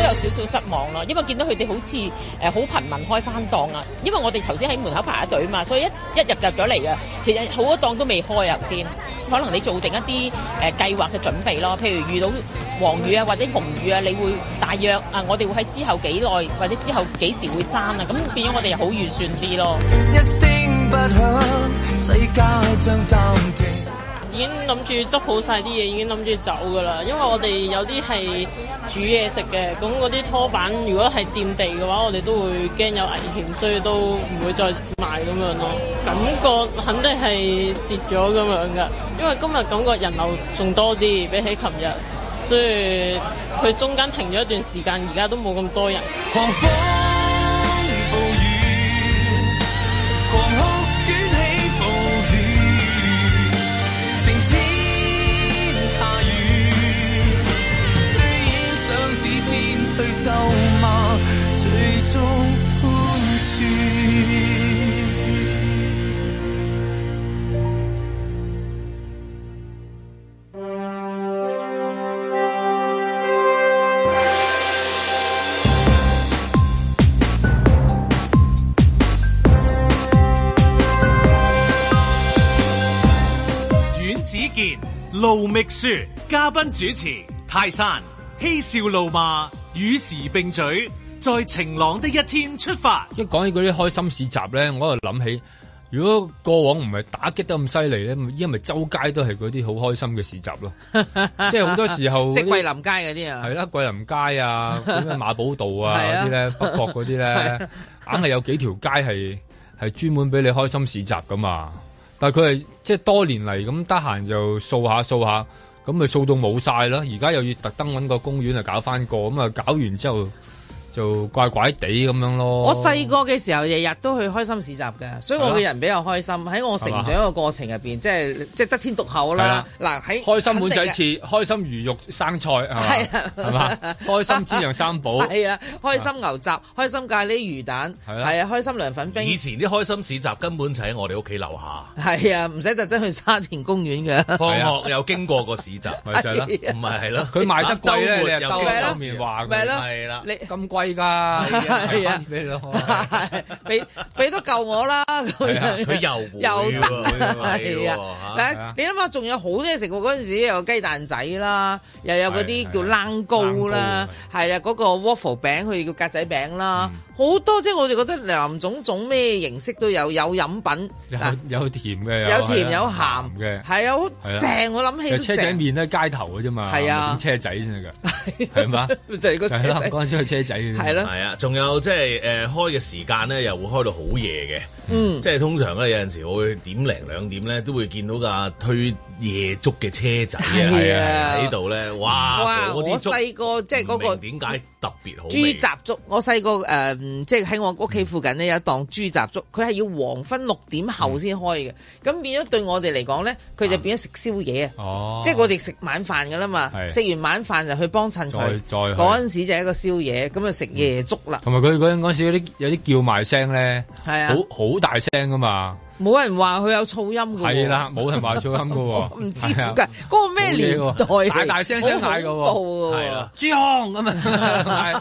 Speaker 8: 都有少少失望咯，因為見到佢哋好似誒好頻民開翻檔啊，因為我哋頭先喺門口排一隊嘛，所以一一入就入咗嚟啊。其實好多檔都未開啊，頭先可能你做定一啲誒、呃、計劃嘅準備咯，譬如遇到黃雨啊或者紅雨啊，你會大約啊，我哋會喺之後幾耐或者之後幾時會閂啊，咁變咗我哋又好預算啲咯。
Speaker 7: 一聲不響，世界將暫停。
Speaker 8: 已經諗住執好晒啲嘢，已經諗住走噶啦。因為我哋有啲係煮嘢食嘅，咁嗰啲拖板如果係掂地嘅話，我哋都會驚有危險，所以都唔會再賣咁樣咯。感覺肯定係蝕咗咁樣噶，因為今日感覺人流仲多啲比起琴日，所以佢中間停咗一段時間，而家都冇咁多人。
Speaker 7: 狂風暴雨，狂哭捲起暴雨，晴天下雨，居然想指天去咒罵，最終寬恕。
Speaker 1: 阮子健、盧覓雪，嘉賓主持泰山，嬉笑怒罵，與時並舉，在晴朗的一天出發。
Speaker 2: 一講起嗰啲開心市集咧，我就諗起，如果過往唔係打擊得咁犀利咧，依家咪周街都係嗰啲好開心嘅市集 咯，即係好多時候
Speaker 3: 即
Speaker 2: 嗰
Speaker 3: 係
Speaker 2: 啲
Speaker 3: 桂林街嗰啲啊
Speaker 2: 係，啦，桂林街啊，咁咩馬寶道啊
Speaker 3: 係啊
Speaker 2: 嗰啲咧，北角嗰啲咧，硬係有幾條街係係專門俾你開心市集噶嘛。但係佢係即係多年嚟咁得閒就掃下掃下，咁咪掃到冇晒啦。而家又要特登揾個公園啊搞翻個，咁啊搞完之後就怪怪地咁樣咯。
Speaker 3: 我細個嘅時候日日都去開心市集嘅，所以我
Speaker 2: 係
Speaker 3: 嘅
Speaker 2: 嘛
Speaker 3: 人比較開心。喺我成長嘅過程入邊，即係即係得天獨厚啦。嗱喺
Speaker 2: 開心碗仔
Speaker 3: 肯
Speaker 2: 翅，
Speaker 3: 定
Speaker 2: 開心魚肉生菜係嘛
Speaker 3: 係啊，
Speaker 2: 係嘛，開心煎釀三寶
Speaker 3: 嘅 係啊，開心牛雜，開心咖喱魚蛋，
Speaker 2: 係啦
Speaker 3: 係啊，開心涼粉
Speaker 1: 以
Speaker 3: 冰，
Speaker 1: 前啲開心市集根本就喺我哋屋企樓 下，
Speaker 3: 係啊，唔使特登去沙田公園嘅。
Speaker 1: 放
Speaker 2: 係啊
Speaker 1: 學又經過個 市集，唔
Speaker 2: 咪就係啦。
Speaker 3: 係啊
Speaker 1: 係係咯，
Speaker 2: 佢 賣得貴咧，
Speaker 1: 周
Speaker 2: 你
Speaker 1: 末
Speaker 2: 係
Speaker 1: 又
Speaker 2: 兜
Speaker 1: 經過
Speaker 2: 兜面話
Speaker 3: 咪係
Speaker 2: 佢
Speaker 3: 咯
Speaker 1: 係啦，
Speaker 3: 你
Speaker 2: 咁貴㗎，
Speaker 3: 係啊
Speaker 2: 俾你咯。
Speaker 3: 俾俾多救我啦咁樣。
Speaker 1: 佢又會
Speaker 3: 又
Speaker 1: 喎
Speaker 3: 係啊！
Speaker 1: 係喎嚇
Speaker 2: 係
Speaker 3: 嗱
Speaker 2: 啊，
Speaker 3: 你諗下，仲有好多嘢食喎！嗰陣時又有雞蛋仔啦，又有嗰
Speaker 2: 係
Speaker 3: 啲
Speaker 2: 係
Speaker 3: 叫冷糕啦，係啊，嗰個 waffle 餅，佢哋叫格仔餅啦，好多即係我哋覺得林種種咩形式都有，有飲品
Speaker 2: 有
Speaker 3: 嗱，
Speaker 2: 有甜嘅，啊
Speaker 3: 有甜有
Speaker 2: 鹹
Speaker 3: 鹹
Speaker 2: 嘅，
Speaker 3: 係啊，好
Speaker 2: 係啊
Speaker 3: 正！我諗起
Speaker 2: 其
Speaker 3: 都
Speaker 2: 實車仔
Speaker 3: 正，
Speaker 2: 面咧街頭嘅啫嘛，
Speaker 3: 係啊
Speaker 2: 點車仔先得㗎，係嘛？
Speaker 3: 就係啊個
Speaker 2: 就
Speaker 3: 車
Speaker 2: 係啦，
Speaker 3: 仔，
Speaker 1: 啊
Speaker 2: 嗰陣時去車仔嘅啫，
Speaker 3: 係咯，
Speaker 1: 係啊，仲有即係誒開嘅時間咧，又會開到好夜嘅，
Speaker 3: 嗯
Speaker 1: 即係通常咧有陣時我會點零兩點咧都會見到架推夜粥嘅車仔啊，
Speaker 3: 係啊
Speaker 1: 喺度咧，
Speaker 2: 啊
Speaker 1: 哇！
Speaker 3: 哇！
Speaker 1: 嗰
Speaker 3: 我
Speaker 1: 啲粥
Speaker 3: 細個即係嗰個
Speaker 1: 點解特別好
Speaker 3: 豬
Speaker 1: 味？
Speaker 3: 雜粥，我細個誒，即係喺我屋企附近呢，有一檔豬雜粥，佢係要黃昏六點後
Speaker 2: 嗯
Speaker 3: 先開嘅，咁變咗對我哋嚟講咧，佢就變咗食宵夜啊，
Speaker 2: 啊哦，
Speaker 3: 即係我哋食晚飯噶啦嘛，
Speaker 2: 係
Speaker 3: 食完晚飯就去幫襯
Speaker 2: 再
Speaker 3: 佢，
Speaker 2: 再去嗯
Speaker 3: 嗰陣時就係一個宵夜，咁啊食夜粥啦，
Speaker 2: 同埋佢嗰陣嗰時嗰啲有啲叫賣聲咧，
Speaker 3: 係啊
Speaker 2: 好好大聲噶嘛，
Speaker 3: 冇人話佢有噪音㗎喎，
Speaker 2: 係啦，冇人話噪 音噶喎，
Speaker 3: 唔知
Speaker 2: 係
Speaker 3: 點
Speaker 2: 啊
Speaker 3: 解嗰個咩年代嚟
Speaker 2: 大大聲聲嗌㗎喎
Speaker 3: 好恐怖㗎喎
Speaker 2: 係啊
Speaker 3: 朱紅咁
Speaker 2: 啊，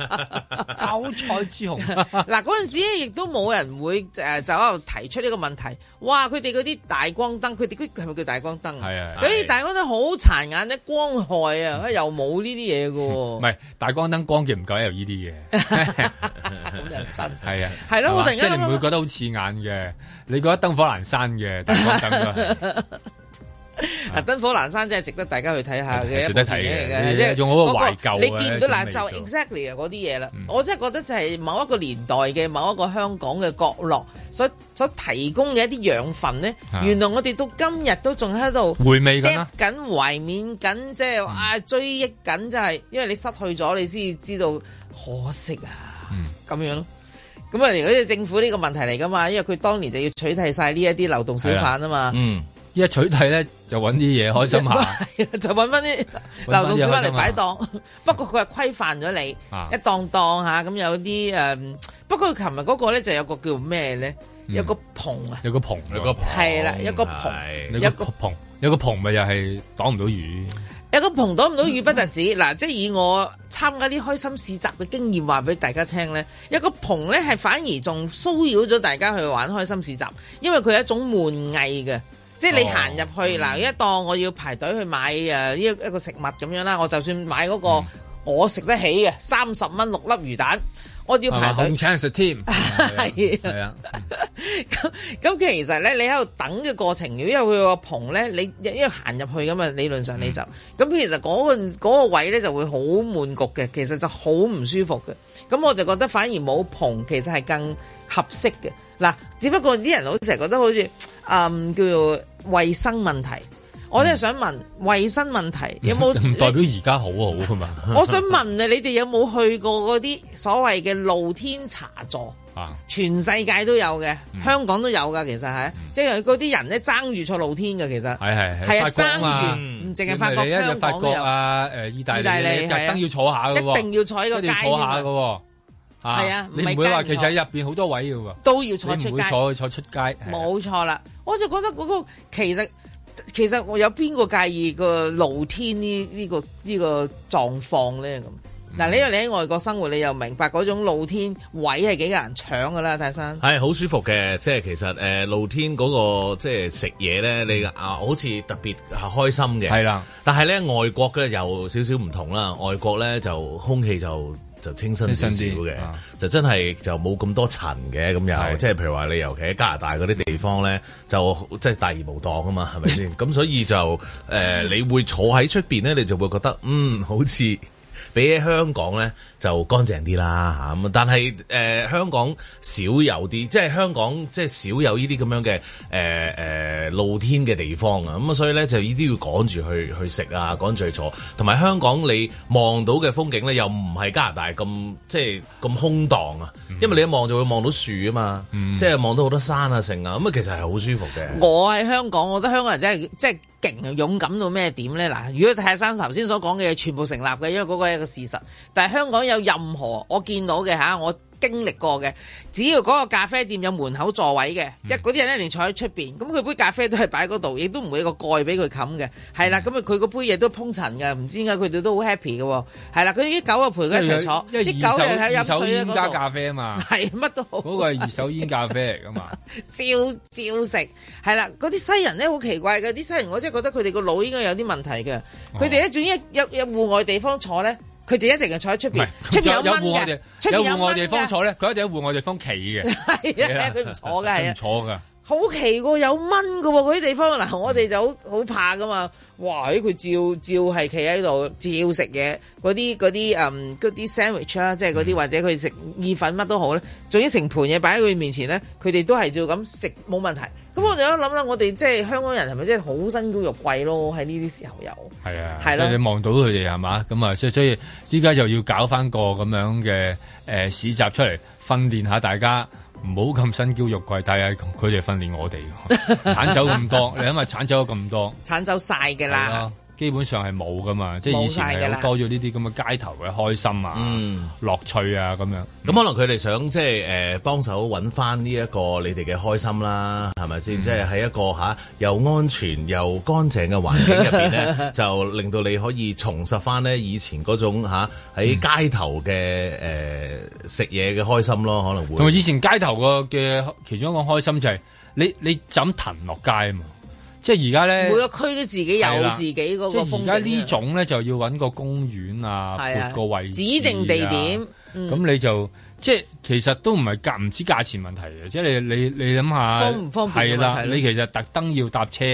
Speaker 2: 韭菜豬紅
Speaker 3: 嗱嗰陣時咧亦都冇人會誒就喺度提出呢個問題。哇！佢哋嗰啲大光燈，佢哋嗰啲係咪叫大光燈啊？
Speaker 2: 係啊嗯
Speaker 3: 嗰啲大光燈好殘眼咧，光害啊，又冇呢啲嘢㗎
Speaker 2: 唔
Speaker 3: 喎。
Speaker 2: 係大光燈光嘅唔夠 LED 嘅，
Speaker 3: 咁又真
Speaker 2: 係啊，
Speaker 3: 係咯我
Speaker 2: 嘛
Speaker 3: 突然間
Speaker 2: 即係你
Speaker 3: 諗
Speaker 2: 唔
Speaker 3: 諗
Speaker 2: 會覺得好刺眼嘅，你覺得燈火闌珊 嘅大光燈都係
Speaker 3: 啊！燈火闌珊真係值得大家去睇下嘅
Speaker 2: 係
Speaker 3: 一
Speaker 2: 值
Speaker 3: 部
Speaker 2: 得
Speaker 3: 電
Speaker 2: 睇嘅
Speaker 3: 影嚟
Speaker 2: 呢
Speaker 3: 嘅，
Speaker 2: 啲
Speaker 3: 即係
Speaker 2: 仲好過
Speaker 3: 嗰個
Speaker 2: 懷舊啊
Speaker 3: 你見唔到
Speaker 2: 呢種
Speaker 3: 嗱
Speaker 2: 味
Speaker 3: 就
Speaker 2: 道
Speaker 3: exactly 啊嗰啲嘢
Speaker 2: 嗯
Speaker 3: 啦，我真係覺得就係某一個年代嘅某一個香港嘅角落所所提供嘅一啲養分咧
Speaker 2: 啊，
Speaker 3: 原來我哋到今日都仲喺度
Speaker 2: 回味緊啦
Speaker 3: 緊懷緬緊，即
Speaker 2: 嗯
Speaker 3: 係啊追憶緊，真係因為你失去咗，你先至知道可惜啊，
Speaker 2: 嗯
Speaker 3: 咁樣咯。咁啊，嗰啲政府呢個問題嚟噶嘛，因為佢當年就要取締晒呢一啲流動小販啊嘛。
Speaker 1: 嗯，
Speaker 2: 依家取締咧就揾啲嘢開心下。
Speaker 3: 係啦 就揾翻啲流動小販嚟擺檔。不過佢係規範咗你
Speaker 2: 啊
Speaker 3: 一檔檔嚇，咁有啲誒。不過琴日嗰個咧就有個叫咩咧，
Speaker 2: 嗯
Speaker 3: 有個棚啊，
Speaker 2: 有個棚，有個棚
Speaker 3: 係啦有個棚
Speaker 2: 有
Speaker 3: 有
Speaker 2: 個棚，有個棚咪又係擋唔到魚。
Speaker 3: 有個棚擋唔到雨不特止。嗱，即係以我參加啲開心市集嘅經驗話俾大家聽咧，有個棚咧係反而仲騷擾咗大家去玩開心市集，因為佢係一種門藝嘅。即係你
Speaker 13: 哦
Speaker 3: 行入去嗱，一當我要排隊去買誒呢一一個食物咁樣啦，我就算買嗰個我食得起嘅三十蚊六粒魚蛋，我要排隊
Speaker 2: 啊紅。橙食添，
Speaker 3: 係
Speaker 2: 係啊，
Speaker 3: 咁其實咧，你喺度等嘅過程，如果有佢個棚咧，你因為行入去噶嘛，理論上你就咁，其實嗰、個嗰個位咧就會好悶焗嘅，其實就好唔舒服嘅。咁我就覺得反而冇棚其實係更合適嘅。嗱，只不過啲人好成日覺得好似嗯叫做衞生問題，我真係想問衞生問題有冇
Speaker 2: 唔代表而家好好啊嘛。
Speaker 3: 我想問啊，你哋有冇去過嗰啲所謂嘅露天茶座？
Speaker 2: 啊，
Speaker 3: 全世界都有嘅，
Speaker 2: 嗯
Speaker 3: 香港都有噶，其實係，即係嗰啲人咧爭住坐露天嘅，其實
Speaker 2: 係係
Speaker 3: 係啊，
Speaker 2: 法國啊嘛
Speaker 3: 爭住，唔淨係法國，
Speaker 2: 你一日
Speaker 3: 香港
Speaker 2: 法
Speaker 3: 都
Speaker 2: 國
Speaker 3: 有，
Speaker 2: 啊，誒意大利
Speaker 3: 意大利
Speaker 2: 你特
Speaker 3: 係啊
Speaker 2: 登要坐下嘅喎，
Speaker 3: 一定要坐喺個
Speaker 2: 一定要
Speaker 3: 街
Speaker 2: 坐
Speaker 3: 添啊
Speaker 2: 下嘅喎。
Speaker 3: 係啊
Speaker 2: 你
Speaker 3: 唔係
Speaker 2: 唔會話
Speaker 3: 街唔
Speaker 2: 其
Speaker 3: 坐
Speaker 2: 實入邊好多位嘅喎，
Speaker 3: 都要坐
Speaker 2: 你
Speaker 3: 出
Speaker 2: 唔會
Speaker 3: 街
Speaker 2: 坐坐出街。係啊
Speaker 3: 冇錯啦。我就覺得嗰個其實其實我有邊個介意個露天呢呢個呢個狀況咧咁？
Speaker 2: 嗯
Speaker 3: 嗱，因為你喺外國生活，你又明白嗰種露天位係幾難搶噶啦，泰山。
Speaker 1: 係好舒服嘅，即係其實誒、呃露天嗰、個即係食嘢咧，你啊好似特別開心嘅。
Speaker 2: 係啦，
Speaker 1: 但係咧外國咧有少少唔同啦，外國咧就空氣就就清新少
Speaker 2: 清
Speaker 1: 少
Speaker 2: 新啲
Speaker 1: 嘅
Speaker 2: 啊，
Speaker 1: 就真係就冇咁多塵嘅咁又，即係譬如話你尤其喺加拿大嗰啲地方咧，就即係大而無當啊嘛，係咪 先？咁所以就誒、呃你會坐喺出邊咧，你就會覺得嗯好似。比起香港咧就乾淨啲啦嚇咁，但係誒、呃香港少有啲，即係香港即係少有呢啲咁樣嘅誒誒露天嘅地方啊，咁啊所以咧就呢啲要趕住去去食啊，趕住去坐，同埋香港你望到嘅風景咧又唔係加拿大咁即係咁空蕩啊，因為你一望就會望到樹啊嘛，即係望到好多山啊城啊，咁啊其實係好舒服嘅。
Speaker 3: 我喺香港，我覺得香港人真係真係勁啊勇敢到咩點咧？嗱，如果泰山頭先所講嘅嘢全部成立嘅，因為嗰個係一個事實。但係香港有任何我見到嘅嚇，我經歷過嘅，只要嗰個咖啡店有門口座位嘅，
Speaker 2: 嗯
Speaker 3: 即係嗰啲人一定坐喺出邊，咁佢杯咖啡都係擺嗰度，亦都唔會有個蓋俾佢冚
Speaker 2: 嗯
Speaker 3: 嘅。係啦，咁佢嗰杯嘢都烹塵嘅，唔知點解佢哋都好 happy 嘅喎。係啦，佢啲狗啊陪佢一齊坐，
Speaker 2: 因為
Speaker 3: 啲
Speaker 2: 有因為
Speaker 3: 狗又喺飲
Speaker 2: 二手二手
Speaker 3: 水喺啊
Speaker 2: 煙加
Speaker 3: 嗰度。
Speaker 2: 咖啡啊嘛，
Speaker 3: 係乜都好，
Speaker 2: 嗰個係二手煙咖啡嚟噶 嘛。
Speaker 3: 照照食，係啦，嗰啲西人咧好奇怪嘅，啲西人我真係覺得佢哋個腦應該有啲問題嘅，
Speaker 2: 哦
Speaker 3: 佢哋咧總之一有有戶外地方坐咧，佢哋一定係坐喺出邊，出邊
Speaker 2: 有
Speaker 3: 有蚊
Speaker 2: 戶外
Speaker 3: 嘅
Speaker 2: 地，
Speaker 3: 出邊
Speaker 2: 有
Speaker 3: 蚊
Speaker 2: 戶外地方
Speaker 3: 㗎，
Speaker 2: 坐咧，佢一定喺戶外地方企嘅，
Speaker 3: 係啊，佢唔坐嘅係
Speaker 2: 佢
Speaker 3: 啊
Speaker 2: 唔。坐㗎。
Speaker 3: 好奇喎，有蚊㗎喎，嗰啲地方
Speaker 2: 嗯
Speaker 3: 嗱，我哋就好好怕㗎嘛。哇！咦佢照照係企喺度，照食嘢嗰啲嗰啲嗯嗰啲 sandwich 啊，即係嗰
Speaker 2: 嗯
Speaker 3: 啲或者佢食意粉乜都好咧，總之成盤嘢擺喺佢面前咧，佢哋都係照咁食冇問題。
Speaker 2: 嗯
Speaker 3: 咁我就一諗啦，我哋即係香港人係咪真係好身高肉貴咯？喺呢啲時候又。
Speaker 2: 係啊，
Speaker 3: 係咯
Speaker 2: 即係你望到佢哋係嘛，咁啊，所以所以依家就要搞翻個咁樣嘅誒、呃市集出嚟，訓練下大家。唔好咁身嬌肉貴，但係佢哋訓 練我哋喎，產走咁多，你因為產走咗咁多，
Speaker 3: 鏟走晒㗎
Speaker 2: 係
Speaker 3: 啦
Speaker 2: 咯，基本上係冇噶嘛，即係以前
Speaker 3: 冇晒㗎
Speaker 2: 係
Speaker 3: 啦
Speaker 2: 好多咗呢啲咁嘅街頭嘅開心啊、
Speaker 3: 嗯
Speaker 2: 樂趣啊咁樣。
Speaker 1: 咁可能佢哋想即係誒幫手揾翻呢一個你哋嘅開心啦，係咪先？即係喺一個嚇、又安全又乾淨嘅環境入邊咧，就令到你可以重拾翻咧以前嗰種嚇喺、街頭嘅誒、食嘢嘅開心咯，可能會。
Speaker 2: 同埋以前街頭個嘅其中一個開心就係、你你就咁騰落街啊嘛，即係而家咧
Speaker 3: 每個區都自己
Speaker 2: 係
Speaker 3: 有
Speaker 2: 啦
Speaker 3: 自己嗰個
Speaker 2: 即
Speaker 3: 風
Speaker 2: 係而
Speaker 3: 景
Speaker 2: 家
Speaker 3: 啊
Speaker 2: 呢種咧就要揾個公園啊，
Speaker 3: 係啊
Speaker 2: 撥個位置啊
Speaker 3: 指定地點嗯
Speaker 2: 咁你就即係其實都唔係價唔知價錢問題嘅，即係你你你諗下
Speaker 3: 方唔方便嘅
Speaker 2: 係啦
Speaker 3: 問，題咯
Speaker 2: 你其實特登要搭車。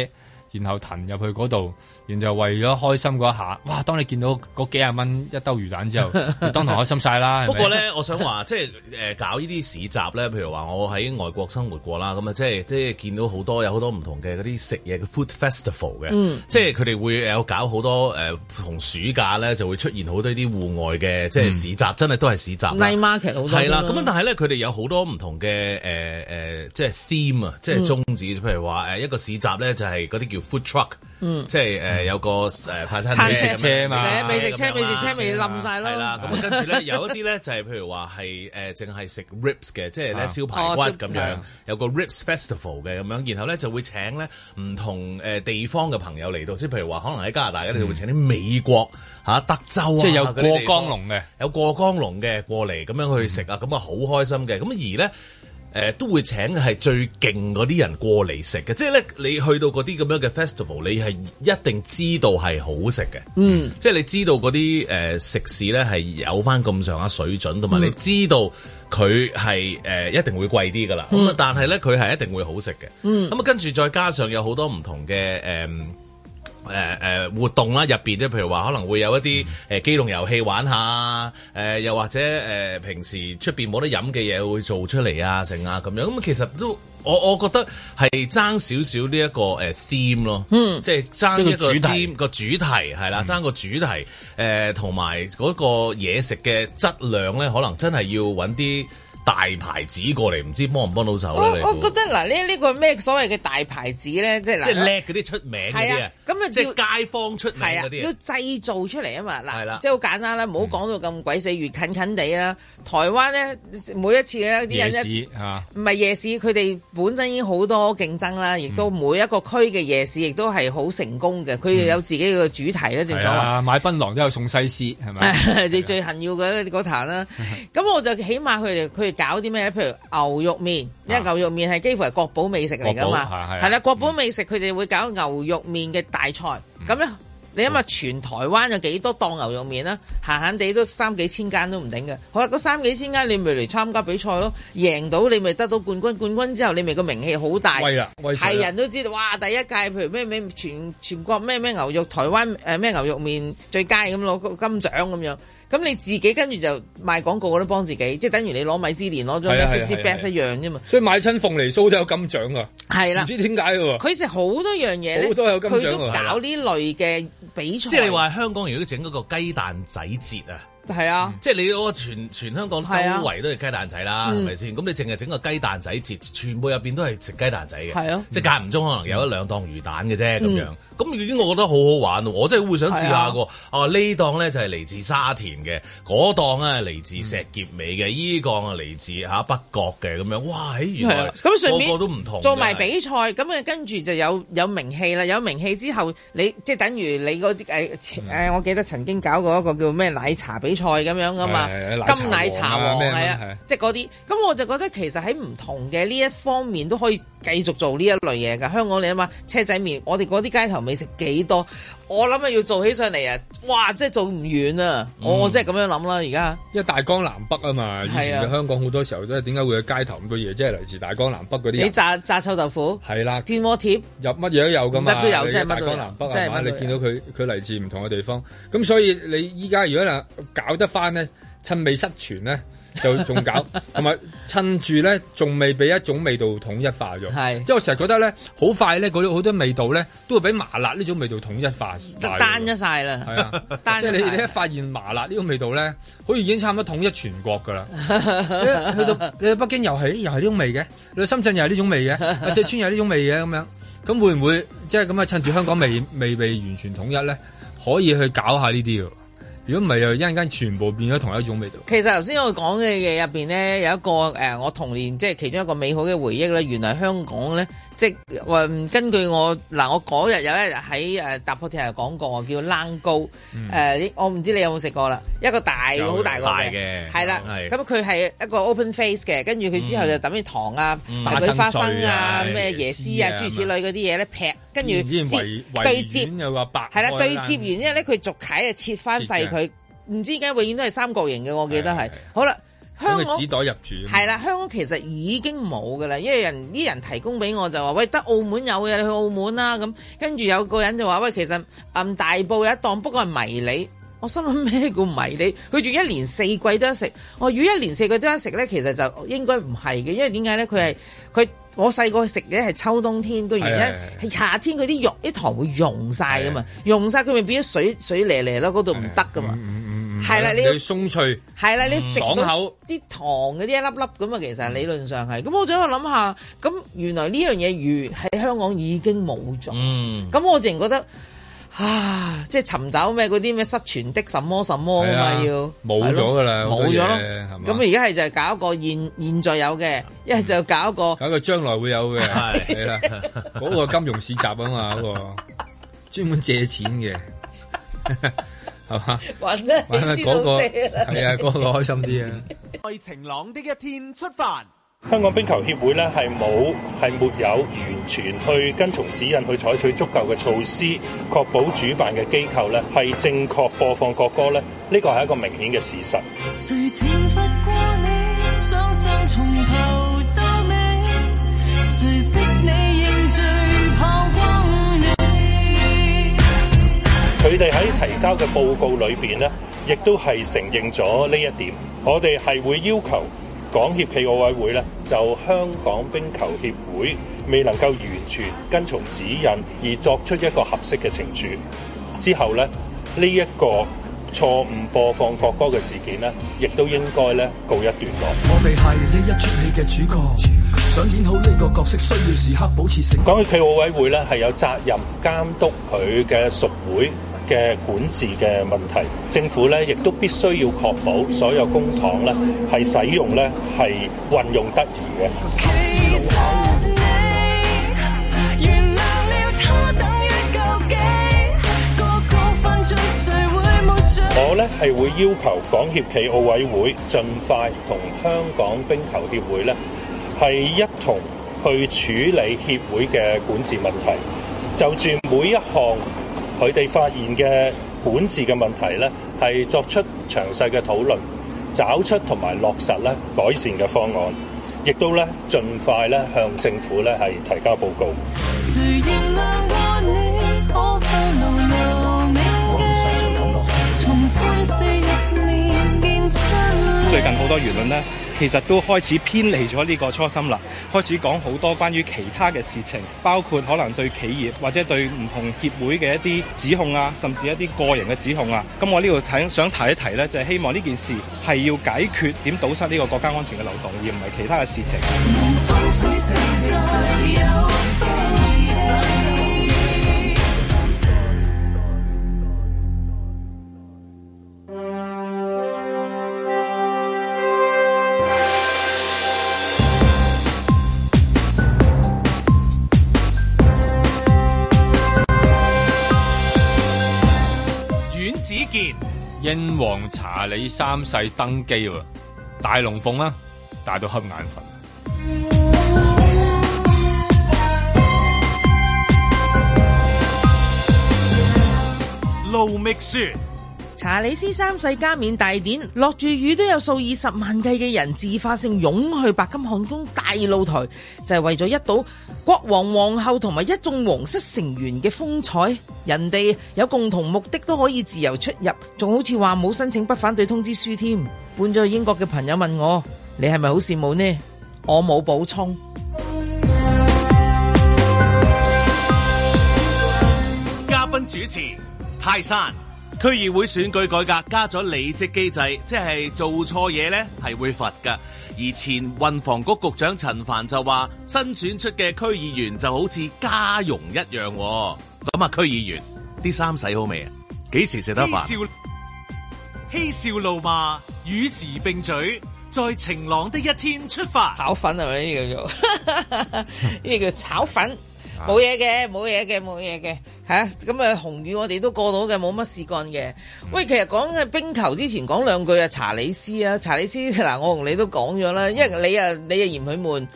Speaker 2: 然後騰入去嗰度，然後為咗開心嗰一下，哇！當你見到嗰幾廿蚊一兜魚 蛋之後，你當堂開心晒啦。係咪
Speaker 1: 不過咧， 我想話即係誒搞呢啲市集咧，譬如話我喺外國生活過啦，咁啊即係即係見到好多有好多唔同嘅嗰啲食嘢嘅 food festival 嘅，
Speaker 7: 嗯
Speaker 1: 即係佢哋會有搞好多呃誒同暑假咧就會出現好多啲戶外嘅即係市集，真係都係市集啦
Speaker 3: night market 好多
Speaker 1: 係啦，
Speaker 3: 都
Speaker 2: 啊
Speaker 1: 咁啊但係咧，佢哋有好多唔同嘅誒誒，即係 theme 啊，即係宗旨。譬如話呃誒一個市集咧，就係嗰啲叫 food truck，
Speaker 3: 嗯
Speaker 1: 即係誒有個誒快餐
Speaker 3: 餐
Speaker 1: 車
Speaker 3: 車
Speaker 1: 咁樣
Speaker 3: 係美食車
Speaker 1: 咁樣啦
Speaker 3: 美食車咪冧晒咯
Speaker 1: 係啦，咁啊跟住咧有一啲咧就係譬如話係誒淨係食 ribs 嘅，即係咧
Speaker 2: 啊
Speaker 1: 燒排骨
Speaker 2: 哦燒
Speaker 1: 咁
Speaker 2: 係
Speaker 1: 樣
Speaker 2: 啊，
Speaker 1: 有個 ribs festival 嘅咁樣，然後咧就會請咧唔同誒地方嘅朋友嚟到，即係譬如話可能喺加拿大咧就會請啲美國嚇德州啊，
Speaker 2: 即係有
Speaker 1: 嗰啲地方
Speaker 2: 過江龍嘅。
Speaker 1: 有過江龍嘅過嚟咁樣去食啊，
Speaker 7: 嗯
Speaker 1: 咁啊好開心嘅。咁而咧。誒、都會請係最勁嗰啲人過嚟食嘅，即係咧你去到嗰啲咁樣嘅 festival，你係一定知道係好食嘅，
Speaker 7: 嗯
Speaker 1: 即係你知道嗰啲誒食肆咧係有翻咁上下水準，同埋你
Speaker 7: 嗯
Speaker 1: 知道佢係誒一定會貴啲噶啦，咁啊、
Speaker 7: 嗯
Speaker 1: 但係咧佢係一定會好食嘅，
Speaker 7: 嗯
Speaker 1: 咁啊跟住再加上有好多唔同嘅誒。呃誒誒呃活動啦，入邊即係譬如話可能會有一
Speaker 3: 嗯
Speaker 1: 啲誒機動遊戲玩下，誒又或者誒平時出邊冇得飲嘅嘢會做出嚟啊，成啊咁樣，咁其實都我我覺得係爭少少呢一個誒 theme 咯，
Speaker 7: 嗯
Speaker 1: 即係爭
Speaker 7: 即係個
Speaker 1: 一個
Speaker 7: 主題
Speaker 1: theme 個主題係
Speaker 3: 嗯
Speaker 1: 啦，爭個主題誒同埋嗰個嘢食嘅質量咧，可能真係要揾啲大牌子過嚟，唔知幫唔幫到手咧？你
Speaker 3: 哦我
Speaker 1: 估
Speaker 3: 覺得嗱，呢呢個咩所謂嘅大牌子咧，即係嗱
Speaker 1: 即係叻嗰啲啊出名嗰
Speaker 3: 係
Speaker 1: 啲
Speaker 3: 啊
Speaker 1: 啊，，
Speaker 3: 咁啊
Speaker 1: 即
Speaker 3: 要
Speaker 1: 係街坊出名
Speaker 3: 係啊
Speaker 1: 嗰，啲
Speaker 3: 要
Speaker 1: 啊。
Speaker 3: 製造出嚟啊嘛，
Speaker 1: 係啦
Speaker 3: 嗱，即係好簡單啦，唔好講到咁鬼死越近近地啦。台灣咧，每一次咧啲
Speaker 2: 夜
Speaker 3: 人一
Speaker 2: 市啊，
Speaker 3: 唔係夜市，佢哋本身已經好多競爭啦，亦
Speaker 1: 嗯
Speaker 3: 都每一個區嘅夜市亦都係好成功嘅，佢哋有自己嘅主題咧，正
Speaker 2: 係
Speaker 3: 所謂。
Speaker 2: 啊，買檳榔都有送西施，係咪？
Speaker 3: 哎 你最恨要嘅嗰壇 啦，咁我就起碼佢哋佢哋搞啲咩咧？譬如牛肉麵，因為牛肉麵係幾乎係國寶美食嚟噶
Speaker 2: 啊國寶係啊
Speaker 3: 嘛，
Speaker 2: 係嗯
Speaker 3: 係啦，國寶美食佢哋會搞牛肉麵嘅大賽，咁咧你諗下
Speaker 2: 嗯
Speaker 3: 全台灣有幾多檔牛肉麵啦，閒閒地都三幾千間都唔頂嘅，好啦，嗰三幾千間你咪嚟參加比賽咯，贏到你咪得到冠軍，冠軍之後你咪個名氣好大，
Speaker 2: 威啦威水啦
Speaker 3: 係人都知道，哇！第一屆譬如咩咩全全國咩咩牛肉，台灣誒咩牛肉面最佳咁攞個金獎咁樣，咁你自己跟住就賣廣告都幫自己，即係等於你攞米芝蓮攞咗
Speaker 2: 係
Speaker 3: 咩
Speaker 2: 啊係啊
Speaker 3: fifty
Speaker 2: 係啊
Speaker 3: best 一樣啫嘛。
Speaker 2: 所以買親鳳梨酥都有金獎啊噶，
Speaker 3: 係啦
Speaker 2: 唔知點解 喎。
Speaker 3: 佢就好多樣嘢咧，
Speaker 2: 好多有金獎
Speaker 3: 佢
Speaker 2: 喎
Speaker 3: 都
Speaker 2: 係啦啊
Speaker 3: 搞呢類嘅比賽。
Speaker 1: 即係你話香港如果整嗰個雞蛋仔節啊，
Speaker 3: 係啊，
Speaker 1: 即係你嗰個全全香港周
Speaker 3: 係啊
Speaker 1: 圍都係雞蛋仔啦，
Speaker 3: 嗯
Speaker 1: 係咪先？咁你淨係整個雞蛋仔節，全部入邊都係食雞蛋仔嘅，
Speaker 3: 係啊
Speaker 1: 即係間唔中可能有一兩檔魚蛋嘅啫咁
Speaker 7: 嗯
Speaker 1: 樣。咁已經我覺得好好玩喎，我真係會想試下個。
Speaker 7: 係
Speaker 3: 啊
Speaker 1: 哦、呢檔咧就係嚟自沙田嘅，嗰檔啊嚟自石硤尾嘅，依檔啊嚟自嚇北角嘅咁樣。哇！咦原
Speaker 3: 係
Speaker 1: 來
Speaker 3: 啊咁順便
Speaker 1: 個個都唔同㗎，
Speaker 3: 做埋比賽，咁啊跟住就有有名氣啦。有名氣之後，你即係等於你嗰啲誒
Speaker 2: 嗯
Speaker 3: 誒，我記得曾經搞過一個叫咩奶茶比賽咁樣噶嘛，
Speaker 2: 係係
Speaker 3: 金奶茶王
Speaker 2: 奶茶王啊咩
Speaker 3: 係
Speaker 2: 咩係
Speaker 3: 啊，即係嗰啲。咁我就覺得其實喺唔同嘅呢一方面都可以繼續做呢一類嘢㗎。香港你諗下，車仔麵，我哋嗰啲街頭美食幾多？我諗啊，要做起上嚟啊，哇！真係做唔完啊！
Speaker 2: 嗯
Speaker 3: 我我真係咁樣諗啦，而家。
Speaker 2: 因為大江南北啊嘛，以前
Speaker 3: 係啊
Speaker 2: 嘅香港好多時候都係點解會有街頭咁多嘢，即係嚟自大江南北嗰啲
Speaker 3: 你
Speaker 2: 人。
Speaker 3: 炸炸臭豆腐，
Speaker 2: 係啦，
Speaker 3: 煎鍋貼，
Speaker 2: 入乜嘢都有噶嘛，
Speaker 3: 乜都有
Speaker 2: 你
Speaker 3: 真係
Speaker 2: 大
Speaker 3: 乜都有
Speaker 2: 江南北
Speaker 3: 真
Speaker 2: 係
Speaker 3: 係
Speaker 2: 嘛？
Speaker 3: 乜都
Speaker 2: 你
Speaker 3: 有
Speaker 2: 見到佢佢嚟自唔同嘅地方，咁所以你依家如果能搞得翻咧，趁未失傳咧。就仲搞， 同埋趁住咧，仲未俾一種味道統一化咗。係，即係我成日覺得咧，好快咧，嗰啲好多味道咧，都會俾麻辣呢種味道統一化。
Speaker 3: 單一晒啦。
Speaker 2: 係啊，
Speaker 3: 單
Speaker 2: 即係
Speaker 3: 一
Speaker 2: 你
Speaker 3: 晒
Speaker 2: 你一發現麻辣呢種味道咧，好似已經差唔多統一全國㗎 啦。你去到你去北京又係又係呢種味嘅，你去深圳又係呢種味 嘅，啊四川又係呢種味嘅咁樣，咁會唔會即係咁啊？趁住香港未未被完全統一咧，可以去搞下呢啲喎。如果唔係又一陣間全部變咗同一種味道。
Speaker 3: 其實頭先我講嘅嘢入邊咧，有一個誒、呃我童年即係其中一個美好嘅回憶咧。原來香港咧，即係、呃根據我嗱，我嗰日有一日喺呃誒踏破鐵鞋講過，叫冷糕誒、呃你我唔知你有冇食過啦，一個大
Speaker 1: 有
Speaker 3: 好大個
Speaker 1: 大嘅
Speaker 3: 係啦。
Speaker 1: 係
Speaker 3: 咁佢係一個 open face 嘅，跟住佢之後就抌啲糖啊、
Speaker 1: 嗯
Speaker 3: 嗰啲花
Speaker 2: 花
Speaker 3: 生
Speaker 2: 生碎
Speaker 3: 啊
Speaker 2: 啊、
Speaker 3: 咩椰絲啊
Speaker 2: 椰絲啊
Speaker 3: 諸如此類嗰啲嘢咧劈，跟住
Speaker 2: 之前
Speaker 3: 接
Speaker 2: 維維
Speaker 3: 對接
Speaker 2: 園。又話白
Speaker 3: 係啦，
Speaker 2: 開
Speaker 3: 對
Speaker 2: 啦
Speaker 3: 接完之後咧，佢逐解啊切翻細佢，唔知點解永遠都係三角形嘅，我記得係。好啦，香
Speaker 2: 咁
Speaker 3: 港
Speaker 2: 佢紙袋入住。
Speaker 3: 係啦，香港其實已經冇噶啦，因為人啲人提供俾我就話，喂，得澳門有嘅，你去澳門啦咁。跟住有個人就話，喂，其實嗯大埔有一檔，不過係迷你。我心諗咩叫迷你？佢仲一年四季都得食。我如果一年四季都得食咧，其實就應該唔係嘅，因為點解咧？佢係佢我細個食嘅係秋冬天個原因。係夏天佢啲肉啲糖會溶晒噶嘛，溶晒佢咪變咗水水嚟嚟咯，嗰度唔得噶嘛。
Speaker 2: 嗯
Speaker 3: 係啦，你要
Speaker 2: 要鬆脆。
Speaker 3: 係啦，你食到
Speaker 2: 嗯爽口嗯
Speaker 3: 啲糖嗰啲一粒粒咁啊，其實理論上係。咁我想我諗下，咁原來呢樣嘢如喺香港已經冇咗。
Speaker 1: 嗯，
Speaker 3: 咁我淨覺得啊，即係尋找咩嗰啲咩失傳的什麼什麼啊嘛，要
Speaker 2: 冇咗噶啦，
Speaker 3: 冇咗咯。
Speaker 2: 咁
Speaker 3: 咁而家係就係搞一個現現在有嘅，一係就搞一個。
Speaker 2: 搞個將來會有嘅，係啦，嗰個金融市集啊嘛，嗰個專門借錢嘅，係嘛？
Speaker 3: 玩得
Speaker 2: 玩得嗰個係啊，嗰個開心啲啊！
Speaker 4: 在晴朗的一天出發。
Speaker 13: 香港冰球協會咧係冇係沒有完全去跟從指引去採取足夠嘅措施，確保主辦嘅機構咧係正確播放國歌咧，呢個係一個明顯嘅事實。
Speaker 7: 誰懲罰過你？雙雙從頭到尾，誰逼你認罪炮轟你？
Speaker 13: 佢哋喺提交嘅報告裏邊呢，亦都係承認咗呢一點。我哋係會要求港協暨奧委會呢，就香港冰球協會未能夠完全跟從指引而作出一個合適嘅懲處。之後呢，呢、一個錯誤播放國歌嘅事件呢，亦都應該呢告一段落。
Speaker 14: 我哋係呢一出戲嘅主角，想演好呢個角色，需要時刻保持誠
Speaker 13: 港協暨奧委會咧係有責任監督佢嘅屬會嘅管治嘅問題，政府咧亦都必須要確保所有公帑咧係使用咧係運用得宜嘅。
Speaker 7: 原諒了他等於救己，個個犯罪誰會無罪？
Speaker 13: 我咧係會要求港協暨奧委會盡快同香港冰球協會咧係一同去處理協會嘅管治問題，就住每一項佢哋發現嘅管治嘅問題咧，係作出詳細嘅討論，找出同埋落實咧改善嘅方案，亦都咧盡快咧向政府咧係提交報告。
Speaker 7: 誰原諒過你？我快牢牢銘記，從寬恕入面見真理。
Speaker 15: 最近好多輿論呢，其實都開始偏離咗呢個初心啦，開始講好多關於其他嘅事情，包括可能對企業或者對唔同協會嘅一啲指控啊，甚至一啲個人嘅指控啊。咁我呢度睇想提一提呢，就係、希望呢件事係要解決點堵塞呢個國家安全嘅漏洞，而唔係其他嘅事情。
Speaker 1: 阮子健、
Speaker 2: 英皇查理三世登基喎，大龍鳳啊，大到瞌眼瞓。
Speaker 1: 秘書。
Speaker 3: 查理斯三世加冕大典，落住雨都有數以十萬計嘅人自發性湧去白金漢宮大露台，就係、為咗一睹國王、皇后同埋一眾皇室成員嘅風采。人哋有共同目的都可以自由出入，仲好似話冇申請不反對通知書添。搬咗去英國嘅朋友問我：你係咪好羨慕呢？我冇補充。
Speaker 1: 嘉賓主持泰山。區議會選舉改革加咗履職機制，即係做錯嘢呢係會罰㗎。而前運房局局長陳帆就話，新選出嘅區議員就好似家傭一樣喎、咁啊，區議員啲衫洗好未啊？幾時食得飯？
Speaker 7: 嬉笑嬉笑怒罵，與時並舉，在晴朗的一天出發。
Speaker 3: 炒粉係咪呢 個叫做？呢個叫炒粉，
Speaker 2: 啊
Speaker 3: 冇嘢嘅，冇嘢嘅，冇嘢嘅嚇。咁啊，紅雨我哋都過到嘅，冇乜事幹嘅。
Speaker 2: 嗯
Speaker 3: 喂，其實講嘅冰球之前講兩句啊，查理斯啊，查理斯 嗱，我同你都講咗
Speaker 2: 嗯
Speaker 3: 啦，因為你啊，你啊嫌佢悶。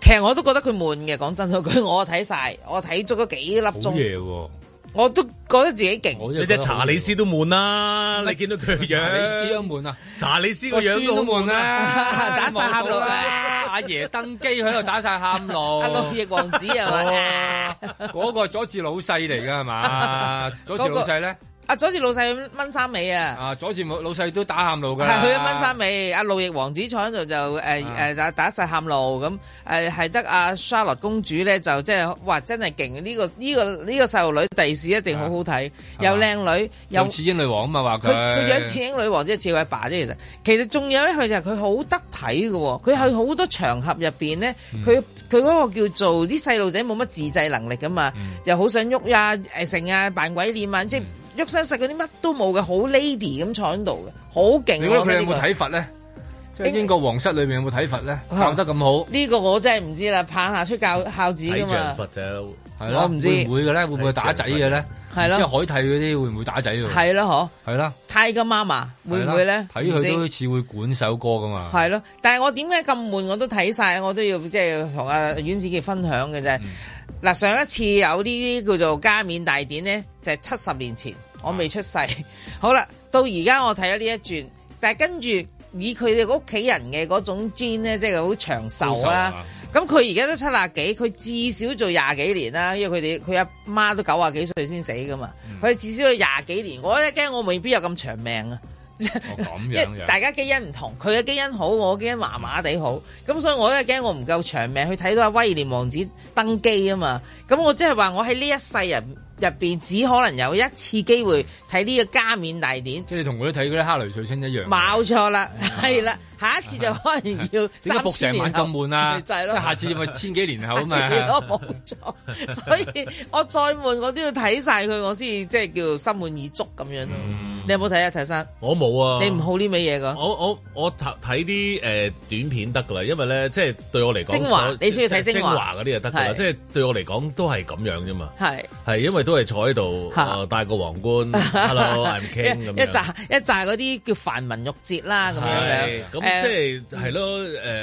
Speaker 3: 其實我都覺得佢悶嘅，講真嗰句， 我睇晒，我睇足咗幾粒
Speaker 2: 好嘢
Speaker 3: 鐘，
Speaker 2: 哦喎！
Speaker 3: 我都覺得自己勁。
Speaker 1: 你隻查理斯都悶啦、你見到佢個樣，
Speaker 2: 查理斯都悶啊，
Speaker 1: 查理斯個樣都好悶
Speaker 2: 啦，
Speaker 3: 打晒喊路
Speaker 2: 啦，啊阿爺登基喺度打晒喊路，哦
Speaker 3: 阿六翼王子啊係 嘛？
Speaker 2: 啊嗰個佐治老細嚟㗎係 嘛？佐治老細咧，
Speaker 3: 阿佐治老細掹衫尾啊！
Speaker 2: 啊佐治老細都打喊路㗎，
Speaker 3: 係佢一掹衫尾，阿路易王子坐喺度就誒
Speaker 2: 啊
Speaker 3: 誒打打曬喊路咁，誒係得阿莎樂公主咧就即係哇真係勁！呢個呢個呢個細路女第時一定好好睇，又靚女又
Speaker 2: 啊又似英女王啊嘛話
Speaker 3: 佢佢樣似英女王，即係似佢阿爸啫。其實其實仲有咧，佢就係佢好得體嘅喎。佢
Speaker 2: 啊
Speaker 3: 喺好多場合入邊咧，
Speaker 2: 嗯
Speaker 3: 佢佢嗰個叫做啲細路仔冇乜自制能力噶嘛，
Speaker 2: 嗯
Speaker 3: 就好想喐啊誒成啊扮鬼臉啊，即係喐手勢嗰啲乜都冇嘅，好 lady 咁坐喺度嘅，好勁。啊
Speaker 2: 你覺得
Speaker 3: 我覺
Speaker 2: 佢
Speaker 3: 得
Speaker 2: 有
Speaker 3: 呢個
Speaker 2: 冇體罰咧？即係英國皇室裏面有冇體罰咧？
Speaker 3: 啊
Speaker 2: 教得咁好，
Speaker 3: 呢個我真係唔知啦，棒下出教孝子
Speaker 1: 啊
Speaker 3: 噶嘛。
Speaker 1: 就
Speaker 2: 係咯，
Speaker 3: 我唔知
Speaker 2: 會唔會嘅咧？會唔會打仔嘅咧？
Speaker 3: 係咯
Speaker 2: 即係海蒂嗰啲會唔會打仔㗎？
Speaker 3: 係咯，
Speaker 2: 係啦，
Speaker 3: 嗬，泰嘅媽媽會唔會咧？
Speaker 2: 睇
Speaker 3: 唔
Speaker 2: 佢
Speaker 3: 知
Speaker 2: 都似會管首歌噶嘛？
Speaker 3: 係咯，但係我點解咁悶我都睇晒，我都要即係同阿阮子健分享嘅啫。嗱、上一次有呢啲叫做加冕大典呢，就係七十年前，我未出世。 好啦，到而家我睇咗呢一轉，但係跟住以佢哋屋企人嘅嗰種 gene 咧，即係好長壽啦。咁佢而家都七廿幾，佢至少做廿幾年啦，因為佢哋佢阿媽都九啊幾歲先死噶嘛，佢哋至少有廿幾年。我一驚我未必有咁長命啊！
Speaker 2: 哦咁
Speaker 3: 因
Speaker 2: 樣
Speaker 3: 為
Speaker 2: 樣嗯
Speaker 3: 大家基因唔同，佢嘅基因好，我嘅基因麻麻地好，咁所以我都係驚我唔夠長命去睇到阿威廉王子登基啊嘛，咁我即係話我喺呢一世人入邊只可能有一次機會睇呢個加冕大典，
Speaker 2: 即係你同佢都睇嗰啲哈雷水星一樣。
Speaker 3: 冇錯啦，
Speaker 2: 嗯
Speaker 3: 係啦，下一次就可 能要
Speaker 2: 點解
Speaker 3: 三
Speaker 2: 僕
Speaker 3: 千
Speaker 2: 成
Speaker 3: 年
Speaker 2: 晚
Speaker 3: 後
Speaker 2: 咁悶啊？
Speaker 3: 就係咯，
Speaker 2: 下次咪千幾年後啊嘛。
Speaker 3: 係咯冇錯，所以我再悶我都要睇晒佢，我先即係叫心滿意足咁樣咯。
Speaker 2: 嗯
Speaker 3: 你有冇睇啊，泰山？
Speaker 1: 我冇
Speaker 2: 哦
Speaker 1: 啊！
Speaker 3: 你唔好呢味嘢噶。
Speaker 1: 我我我睇睇啲誒短片得㗎啦，因為咧即係對我嚟講，
Speaker 3: 精華
Speaker 1: 所
Speaker 3: 你中意睇
Speaker 1: 即係
Speaker 3: 精
Speaker 1: 精
Speaker 3: 華
Speaker 1: 華嗰啲就得㗎啦，
Speaker 3: 係
Speaker 1: 即係對我嚟講都係咁樣啫嘛。
Speaker 3: 係。
Speaker 1: 係因為都係坐喺度，
Speaker 3: 嚇
Speaker 1: 啊戴個皇 冠，Hello，I'm King 咁
Speaker 3: 一
Speaker 1: 樣。
Speaker 3: 一扎一扎嗰啲叫繁文縟節啦，咁樣
Speaker 1: 係
Speaker 3: 樣。
Speaker 1: 咁
Speaker 3: 誒嗯
Speaker 1: 即係係咯，誒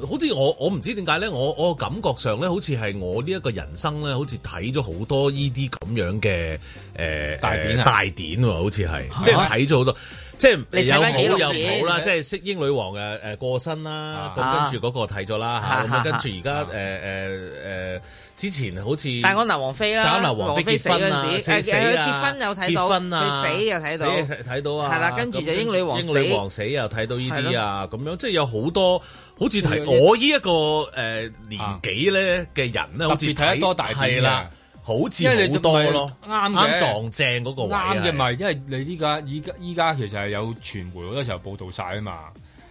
Speaker 1: 誒，好似我我唔知點解咧，我我感覺上咧，好似係我呢一個人生咧，好似睇咗好多呢啲咁樣嘅誒
Speaker 2: 大典啊
Speaker 1: 誒大典喎，好似係
Speaker 2: 嚇
Speaker 1: 即係睇咗好多，即
Speaker 2: 你
Speaker 1: 係
Speaker 2: 睇
Speaker 1: 有
Speaker 2: 翻紀錄
Speaker 1: 好
Speaker 2: 片
Speaker 1: 有唔好啦，
Speaker 2: 咁樣
Speaker 1: 即係識英女王嘅誒過身啦，
Speaker 3: 啊
Speaker 1: 咁跟住嗰個睇咗啦
Speaker 3: 啊
Speaker 1: 嚇，咁跟
Speaker 3: 啊
Speaker 1: 住而家誒誒誒之前好似
Speaker 3: 大安南王妃啦，
Speaker 1: 大安南王妃
Speaker 3: 死
Speaker 1: 結
Speaker 3: 嗰
Speaker 1: 婚啊
Speaker 3: 陣時，
Speaker 1: 死
Speaker 3: 誒
Speaker 1: 死
Speaker 3: 佢
Speaker 1: 啊
Speaker 3: 結婚又睇到，
Speaker 1: 結婚啊
Speaker 3: 佢死又睇到，
Speaker 1: 死睇到啊，
Speaker 3: 係啦，跟住就
Speaker 1: 咁
Speaker 3: 英女王
Speaker 1: 英
Speaker 3: 死，
Speaker 1: 女王死又睇到呢啲啊，咁樣即係有好多好似
Speaker 3: 啊
Speaker 1: 睇
Speaker 2: 嗯
Speaker 1: 我呢一個誒年紀咧嘅人咧，好似
Speaker 2: 特別睇得多大片嘅
Speaker 1: 係啦，好
Speaker 2: 因為
Speaker 1: 似
Speaker 2: 你
Speaker 1: 好多咯，
Speaker 2: 啱嘅
Speaker 1: 啱撞正嗰個位啊
Speaker 2: 啱嘅，咪因為你依家依家依家其實係有傳媒好多時候報道晒啊嘛。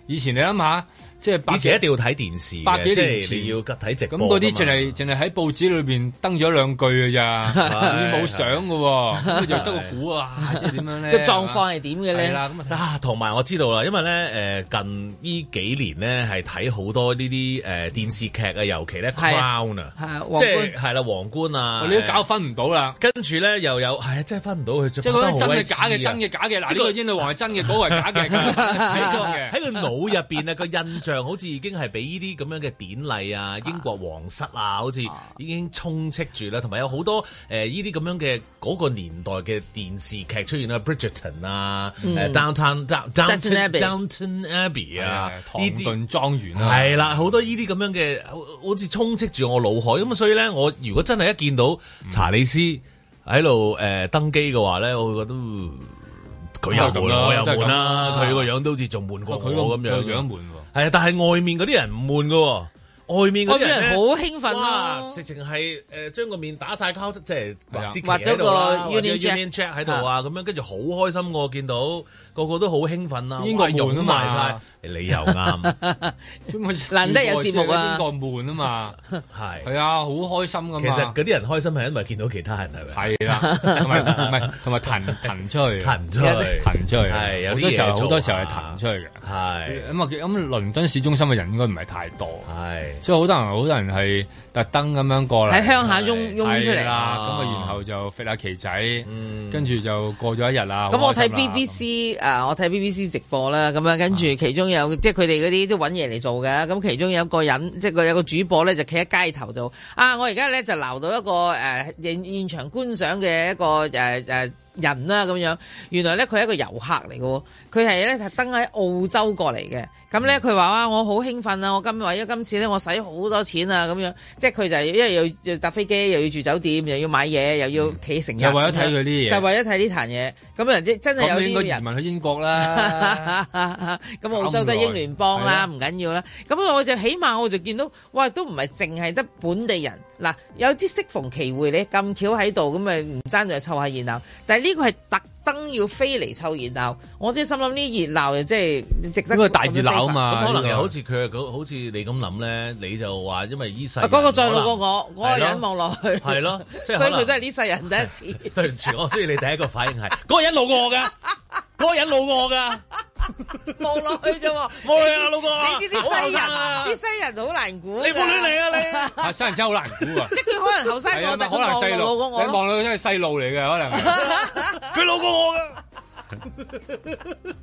Speaker 2: 以前你諗下，即係百
Speaker 1: 以前一定要睇電視嘅
Speaker 2: 百幾年
Speaker 1: 即係
Speaker 2: 前
Speaker 1: 你要睇直
Speaker 2: 咁
Speaker 1: 播
Speaker 2: 嗰
Speaker 1: 㗎
Speaker 2: 啲淨
Speaker 1: 嘛
Speaker 2: 係淨係喺報紙裏邊登咗兩句 嘅咋，
Speaker 1: 係
Speaker 2: 冇相嘅喎，咁佢就 得個估啊，即係點樣 咧？
Speaker 3: 個狀況係點嘅
Speaker 2: 係
Speaker 3: 咧？
Speaker 2: 啦
Speaker 1: 啊，同埋我知道啦，因為咧誒近呢幾年咧係睇好多呢啲誒電視劇啊，尤其咧
Speaker 2: 係啊
Speaker 1: Crown 啊，
Speaker 2: 係啊
Speaker 1: 即
Speaker 2: 皇
Speaker 1: 係係啦皇冠啊，
Speaker 2: 你都搞分唔到啦。
Speaker 1: 跟住咧又有係啊，真係分唔到佢，即
Speaker 2: 即係嗰啲真嘅假
Speaker 1: 啊
Speaker 2: 嘅，真嘅假嘅，嗱呢個英女王係真嘅，嗰個係假嘅，係假嘅
Speaker 1: 喺個腦入邊啊個印象象好似已經係俾呢啲咁樣嘅典禮 啊、英國皇室啊，好似已經充斥住啦，同埋有好多誒呢啲咁樣嘅嗰個年代嘅電視劇出現啦，Bridgerton 啊、
Speaker 2: 嗯
Speaker 1: 誒 Downtown Down-
Speaker 2: Downton
Speaker 1: Downton
Speaker 2: Abbey
Speaker 1: Downton Abbey 啊，
Speaker 2: 唐頓莊園啊，
Speaker 1: 係啦，好多呢啲咁樣嘅，好好似充斥住我腦海咁啊！所以咧，我如果真係一見到查理斯喺度誒登基嘅話咧，我會覺得嗯佢又
Speaker 2: 啊都係咁
Speaker 1: 悶，
Speaker 2: 啦
Speaker 1: 我又
Speaker 2: 都係咁
Speaker 1: 悶啦
Speaker 2: 啦，
Speaker 1: 佢個樣都好似仲悶過
Speaker 2: 佢個
Speaker 1: 我咁樣。
Speaker 2: 佢個樣悶
Speaker 1: 係啊，但係外面嗰啲人唔悶嘅喎。外面嗰啲
Speaker 3: 外面
Speaker 1: 人
Speaker 3: 人
Speaker 1: 呢
Speaker 3: 好興奮啊
Speaker 1: 哇直情係誒將個面打晒交叉，即係
Speaker 2: 啊
Speaker 1: 畫支旗
Speaker 3: 畫咗
Speaker 1: 喺度啦
Speaker 3: 個
Speaker 1: 或者
Speaker 3: Union Jack
Speaker 1: Union Jack 喺度啊，咁樣跟住好開心我見到個個都好興奮啊，
Speaker 2: 英國
Speaker 1: 哇
Speaker 2: 悶啊
Speaker 1: 湧埋晒
Speaker 2: 嘛，，
Speaker 1: 你又啱。
Speaker 3: 難得有節目啊
Speaker 2: 英國悶啊嘛，
Speaker 1: 係
Speaker 2: 係啊，好開心噶嘛。
Speaker 1: 其實嗰啲人開心係因為見到其他人係咪？
Speaker 2: 係啦，同埋唔係同埋騰騰出
Speaker 3: 啊
Speaker 2: 去，
Speaker 1: 騰出去
Speaker 2: 騰出去，
Speaker 1: 係有
Speaker 2: 好
Speaker 1: 啲
Speaker 2: 多時候
Speaker 1: 嘢做啊
Speaker 2: 好多時候係騰出去嘅，
Speaker 1: 係
Speaker 2: 咁啊咁倫敦市中心嘅人應該唔係太多，
Speaker 1: 係，
Speaker 2: 所以好多人好多人係特登咁樣過嚟
Speaker 3: 喺鄉下擁擁出
Speaker 2: 係
Speaker 3: 嚟啊嗯
Speaker 2: 啦，咁啊然後就揈下旗仔，跟住就過咗一日啦。
Speaker 3: 咁
Speaker 2: 啊好
Speaker 3: 我睇
Speaker 2: 開心啦
Speaker 3: BBC 啊，我睇 BBC 直播啦，咁啊跟住其中有即係佢哋嗰啲都揾嘢嚟做嘅，咁其中有一個人即係佢有個主播咧就企喺街頭度，啊我而家咧就鬧到一個誒、呃、現現場觀賞嘅一個誒誒。呃呃人啦咁樣，原來咧佢係一個遊客嚟嘅喎，佢係咧特登喺澳洲過嚟嘅。咁咧佢話啊，我好興奮啊！我今為咗今次咧，我使好多錢啊咁樣。即係佢就係因為要要搭飛機，又要住酒店，又要買嘢，又要企成日
Speaker 2: 就為咗
Speaker 3: 咁樣
Speaker 2: 睇佢啲嘢
Speaker 3: 就為咗睇呢壇嘢。咁人即真係有
Speaker 2: 咁你
Speaker 3: 啲
Speaker 2: 應該
Speaker 3: 人啊
Speaker 2: 移。民去英國啦。
Speaker 3: 咁澳洲都係英聯邦啦，唔緊要啦。咁我就起碼我就見到，哇，都唔係淨係得本地人。嗱，有啲適逢其會，你咁巧喺度，咁咪唔爭在湊下熱鬧。但係呢個係特登要飛嚟湊熱鬧，我真係心諗呢熱鬧又真係值得。
Speaker 2: 因為大熱鬧啊嘛
Speaker 1: 咁可能
Speaker 2: 呢個
Speaker 1: 又好似佢係好似你咁諗咧，你就話因為依世
Speaker 3: 啊嗰個再老過
Speaker 1: 個
Speaker 3: 我，嗰個人望落去
Speaker 1: 係 咯即係
Speaker 3: 所以
Speaker 1: 可能
Speaker 3: 佢都係呢世人第一次。
Speaker 1: 對唔住，我所以你第一個反 應係嗰個人老過我 㗎，嗰個人老過我㗎。
Speaker 3: 望落去啫喎，
Speaker 1: 冇理啊老公啊
Speaker 3: 你知啲
Speaker 1: 好後
Speaker 3: 西人，
Speaker 1: 生啊
Speaker 3: 啲西人好難估㗎。
Speaker 1: 你唔好亂嚟啊
Speaker 2: 啊，西人真係好難估 啊！
Speaker 3: 即係佢可能後生
Speaker 2: 係
Speaker 3: 我，
Speaker 2: 啊，
Speaker 3: 但
Speaker 2: 可
Speaker 3: 佢
Speaker 2: 能細
Speaker 3: 望老
Speaker 2: 路
Speaker 3: 過，我
Speaker 2: 你
Speaker 3: 咯。
Speaker 2: 望到佢真係細路嚟嘅，可能係
Speaker 1: 佢老過我㗎。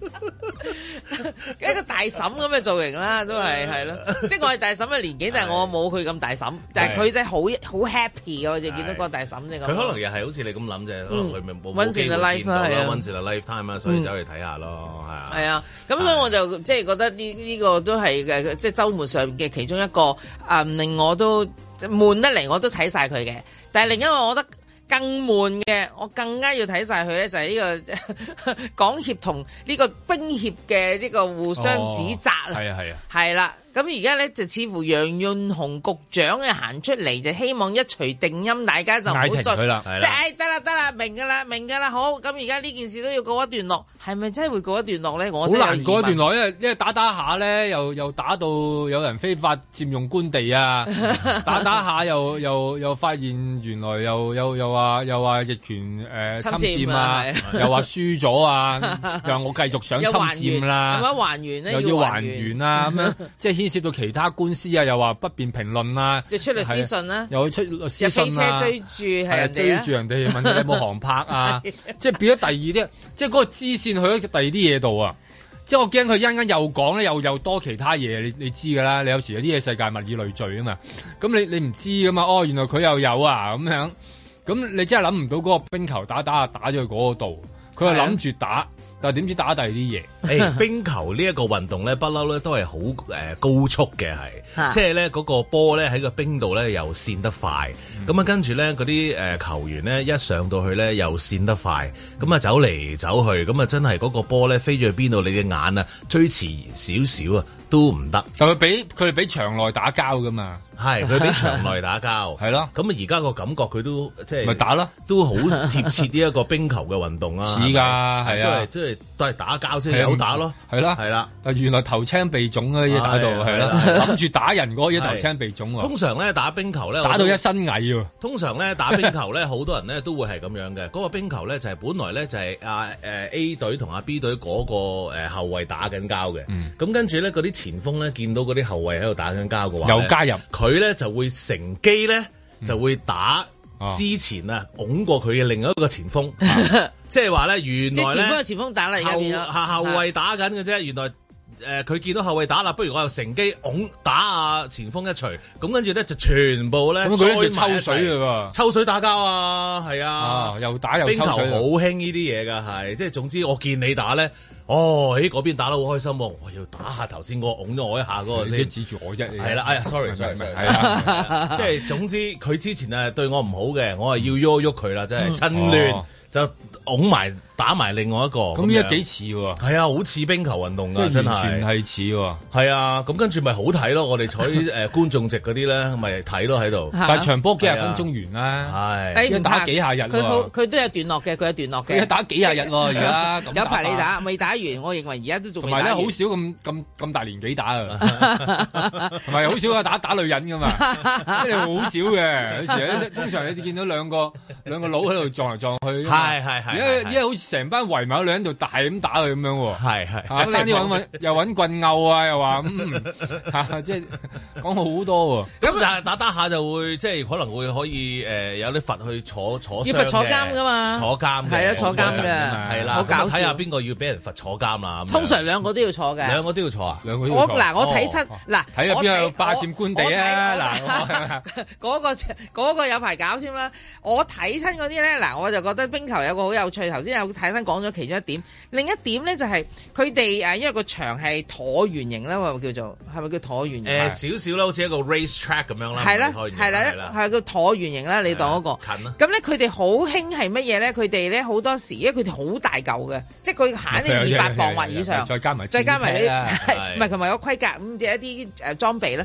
Speaker 3: 一個大嬸咁嘅造型 啦，都
Speaker 2: 嗯
Speaker 3: 係係咯，即係我係大嬸嘅年紀，但係我冇佢咁大嬸，但係佢真係好好 happy 嘅，我就見到個大嬸啫咁。
Speaker 1: 佢可能又係好似你咁諗啫，可能佢咪冇
Speaker 3: 嗯 Once in
Speaker 1: 冇機
Speaker 3: a
Speaker 1: 會
Speaker 3: life
Speaker 1: 見到
Speaker 3: 啦係啊嗯
Speaker 1: 啦，once in a lifetime 啊，所以走去睇下咯，係啊。
Speaker 3: 係啊，咁所以我就即係覺得呢呢個都係嘅，即係週末上嘅其中一個啊，令我都悶得嚟，我都睇晒佢嘅。
Speaker 2: 嗯
Speaker 3: 但係另一個我覺得更悶嘅，我更加要睇晒佢咧，就係呢個 港協同呢個冰協嘅呢個互相指責啊。
Speaker 2: 係啊係啊。
Speaker 3: 係啦，咁而家咧就似乎楊潤雄局長咧行出嚟就希望一錘定音，大家就唔好
Speaker 2: 嗌停
Speaker 3: 再
Speaker 2: 佢啦係啦
Speaker 3: 即係唉得啦得啦，明噶啦明噶啦，好咁而家呢件事都要告一段落，係咪真係會告一段落咧？我
Speaker 2: 好
Speaker 3: 真係有
Speaker 2: 難過
Speaker 3: 疑
Speaker 2: 一段
Speaker 3: 問
Speaker 2: 落，因為因為打打下咧，又又打到有人非法佔用官 地啊，打打下又又又發現原來又又又話又話逆權誒、呃
Speaker 3: 侵
Speaker 2: 侵
Speaker 3: 佔
Speaker 2: 佔
Speaker 3: 啊
Speaker 2: 啊
Speaker 3: 係，
Speaker 2: 又話輸 咗啊，又話我繼續想
Speaker 3: 有還
Speaker 2: 侵
Speaker 3: 原
Speaker 2: 佔啦，
Speaker 3: 有冇得還原咧？啊
Speaker 2: 又要還
Speaker 3: 還
Speaker 2: 原啊啦，咁 樣即係牽涉到其他官司啊，又話不便評論啊，
Speaker 3: 即係出律師
Speaker 2: 係
Speaker 3: 信啦
Speaker 2: 又出律
Speaker 3: 有飛
Speaker 2: 師信
Speaker 3: 車
Speaker 2: 啊，
Speaker 3: 追住係
Speaker 2: 係啊
Speaker 3: 人
Speaker 2: 追
Speaker 3: 哋
Speaker 2: 住
Speaker 3: 啊，
Speaker 2: 人哋問你有冇航拍啊，即係變咗第二啲，即係嗰個支線去咗第二啲嘢度啊。即係我驚佢一陣間又講咧，又又多其他嘢，你你知㗎啦。你有時有啲嘢世界物以類聚啊嘛，咁你你唔知㗎嘛。哦，原來佢又有啊咁樣，咁你真係諗唔到嗰個冰球打打下打咗去嗰個度，佢係諗住打，但係點知打第二啲嘢。
Speaker 1: 誒冰球呢一個運動咧，不嬲咧都係好誒高速嘅，
Speaker 2: 啊
Speaker 1: 係即係咧嗰個波咧喺個冰度咧又跣得快，
Speaker 2: 嗯
Speaker 1: 咁啊跟住咧嗰啲誒球員咧一上到去咧又跣得快，咁啊走嚟走去，咁啊真係嗰個波咧飛咗去邊度，你嘅眼啊追遲少少啊都唔得。
Speaker 2: 就佢俾佢哋俾場內打交噶嘛，
Speaker 1: 係佢俾場內打 交，
Speaker 2: 係咯。
Speaker 1: 咁啊而家個感覺佢都即係
Speaker 2: 咪打咯，
Speaker 1: 都好貼切呢一個冰球嘅運動啊，
Speaker 2: 似㗎
Speaker 1: 係咪
Speaker 2: 係啊
Speaker 1: 都係即係都係打交
Speaker 2: 係
Speaker 1: 先
Speaker 2: 啊
Speaker 1: 有打咯，
Speaker 2: 係啦，
Speaker 1: 係啦。
Speaker 2: 但原來頭青鼻腫嗰啲嘢打到
Speaker 1: 係啊
Speaker 2: 係
Speaker 1: 係
Speaker 2: 啦
Speaker 1: 啊，
Speaker 2: 諗住打人嗰啲嘢
Speaker 1: 係
Speaker 2: 頭青鼻腫
Speaker 1: 通
Speaker 2: 喎，
Speaker 1: 常咧打冰球咧，
Speaker 2: 啊打到
Speaker 1: 我都
Speaker 2: 一身蟻喎。
Speaker 1: 通常咧打冰球咧，好多人咧都會係咁樣嘅。嗰、 個冰球咧就係、本來咧就係啊誒 A 隊同啊 B 隊嗰、個誒、呃、後衞打緊交嘅。咁、
Speaker 2: 嗯
Speaker 1: 跟住咧嗰啲前鋒咧見到嗰啲後衞喺度打緊交嘅話呢，
Speaker 2: 又加入嗯
Speaker 1: 佢咧就會乘機咧就會打。
Speaker 2: 哦
Speaker 1: 之前啊，拱過佢嘅另一個前 鋒，即係話咧，原
Speaker 3: 即係
Speaker 1: 來
Speaker 3: 前鋒
Speaker 1: 咧
Speaker 3: 有前鋒打啦，而家
Speaker 1: 後
Speaker 2: 啊
Speaker 3: 變咗
Speaker 1: 後後衞打緊嘅啫，原來誒佢見到後衞打啦，不如我又乘機拱打啊前鋒一錘，咁跟住咧就全部咧
Speaker 2: 咁佢咧就
Speaker 1: 栽埋一齊
Speaker 2: 抽水㗎喎
Speaker 1: 抽水打交啊，係啊
Speaker 2: 啊，又打又
Speaker 1: 冰球
Speaker 2: 抽
Speaker 1: 好
Speaker 2: 水啊
Speaker 1: 興呢啲嘢㗎，係即係總之我見你打咧，哦，喺嗰邊打得好開心喎，我要打下頭先嗰個拱咗我一下嗰個
Speaker 2: 你即係
Speaker 1: 啊先。
Speaker 2: 指住我啫，你
Speaker 1: 係啦，哎呀，sorry sorry
Speaker 2: 係
Speaker 1: sorry，
Speaker 2: 係啊
Speaker 1: 即係總之佢之前啊對我唔好嘅，我係要喐一喐佢啦，真係趁亂
Speaker 2: 哦
Speaker 1: 就拱埋打埋另外一個。
Speaker 2: 咁依家
Speaker 1: 樣
Speaker 2: 幾似喎，
Speaker 1: 係啊，好似冰球運動
Speaker 2: 即
Speaker 1: 㗎，真
Speaker 2: 係
Speaker 1: 係
Speaker 2: 完全係似喎。
Speaker 1: 係啊，咁跟住咪好睇咯！我 哋坐喺誒觀眾席嗰啲咧，咪睇咯喺度。
Speaker 2: 但係場波幾廿
Speaker 1: 係
Speaker 2: 分鐘完啦，
Speaker 1: 啊，係
Speaker 2: 一打幾下日
Speaker 3: 哎佢好
Speaker 2: 喎，
Speaker 3: 佢都有段落嘅，佢有段落嘅。
Speaker 2: 佢打幾廿日喎而家咁
Speaker 3: 有排
Speaker 2: 打法
Speaker 3: 你打，未打完，我認為而家都仲
Speaker 2: 同
Speaker 3: 未
Speaker 2: 埋咧
Speaker 3: 打
Speaker 2: 好
Speaker 3: 完
Speaker 2: 少咁咁咁大年紀打啊，同埋好少啊打打女人噶嘛，即係好少嘅。有時咧通常你見到兩個兩個佬喺度撞嚟撞去㗎嘛，
Speaker 1: 係係係
Speaker 2: 而
Speaker 1: 係
Speaker 2: 家而家好似成班圍埋喺女人度大咁打佢咁樣喎。
Speaker 1: 係係
Speaker 2: 啊！爭啲揾揾又揾棍拗啊，又話嗯嚇，即係講好多喎。
Speaker 3: 啊
Speaker 1: 咁但係打打下就會即係可能會可以誒有啲罰去坐坐
Speaker 3: 要罰
Speaker 1: 傷
Speaker 3: 坐
Speaker 1: 嘅
Speaker 3: 監㗎嘛
Speaker 1: 坐監嘅
Speaker 3: 係啊坐監嘅
Speaker 1: 係啦，
Speaker 3: 好
Speaker 1: 咁啊
Speaker 3: 搞笑
Speaker 1: 睇下邊個要俾人罰坐監
Speaker 2: 啊
Speaker 1: 啦。咁樣
Speaker 3: 通常兩個都要坐嘅。
Speaker 1: 兩個都要坐啊，
Speaker 2: 兩個
Speaker 3: 我嗱，我睇親嗱，
Speaker 2: 哦睇下
Speaker 3: 我
Speaker 2: 邊
Speaker 3: 睇
Speaker 2: 有霸佔官地啊！
Speaker 3: 我
Speaker 2: 嗱，我
Speaker 3: 嗰 個嗰個有排搞添啦。我睇親嗰啲咧，嗱我就覺得冰球有個好有趣。頭先有睇親講咗其中一點，另一點咧就係佢哋誒，因為個場係橢圓形啦，我叫做係咪叫橢圓形？啊
Speaker 1: 誒少少啦，好似一個 race track 咁樣啦。
Speaker 3: 係啦，
Speaker 1: 開完
Speaker 3: 係啦，係個橢圓形啦，你當嗰個。
Speaker 1: 近啦。
Speaker 3: 咁咧，佢哋好興係乜嘢咧？佢哋咧好多時，因為佢哋好大嚿嘅，即係佢行
Speaker 2: 哦啊
Speaker 3: 咧二百磅或以上，
Speaker 2: 再
Speaker 1: 啊
Speaker 2: 加埋
Speaker 3: 再加埋你
Speaker 2: 啦
Speaker 3: 係唔係同埋個盔甲咁嘅一啲誒裝備啦。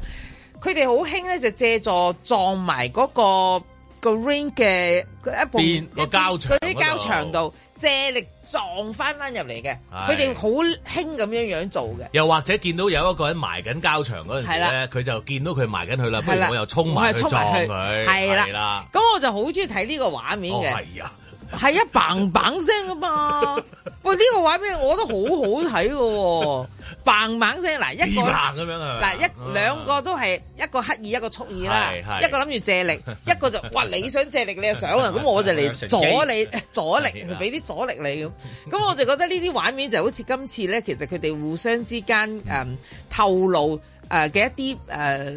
Speaker 3: 佢哋好興咧就借助撞埋嗰個個 ring 嘅一部
Speaker 1: 邊個膠
Speaker 3: 嗰
Speaker 1: 場
Speaker 3: 啲
Speaker 1: 嗰
Speaker 3: 膠
Speaker 1: 度
Speaker 3: 場度借力撞翻翻入嚟嘅。
Speaker 1: 係
Speaker 3: 佢哋好興咁樣樣做嘅。
Speaker 1: 又或者見到有一個人埋緊交場嗰陣時
Speaker 3: 係啦
Speaker 1: 咧，佢就見到佢埋緊佢啦，不
Speaker 3: 係
Speaker 1: 如
Speaker 3: 啦
Speaker 1: 我又衝埋去
Speaker 3: 我係衝
Speaker 1: 撞
Speaker 3: 埋去
Speaker 1: 佢，
Speaker 3: 係啦
Speaker 1: 啦。
Speaker 3: 咁我就好中意睇呢個畫面
Speaker 1: 哦，
Speaker 3: 嘅。
Speaker 1: 係啊，
Speaker 3: 係一棒棒聲噶 嘛。喂，呢、個畫面我覺得好好睇嘅喎，棒棒聲嗱一個
Speaker 1: 變行咁樣係咪
Speaker 3: 嗱一兩個都係一個刻意一個蓄意啦，
Speaker 1: 啊係係
Speaker 3: 一個諗住借力，一個就哇你想借力你就想 啦，咁我就
Speaker 1: 有
Speaker 3: 嚟
Speaker 1: 成
Speaker 3: 阻
Speaker 1: 機
Speaker 3: 你 阻力
Speaker 1: 係啦，
Speaker 3: 俾啲阻力你咁。咁我就覺得呢啲畫面就好似今次咧，其實佢哋互相之間誒、嗯透露。誒嘅一啲誒、呃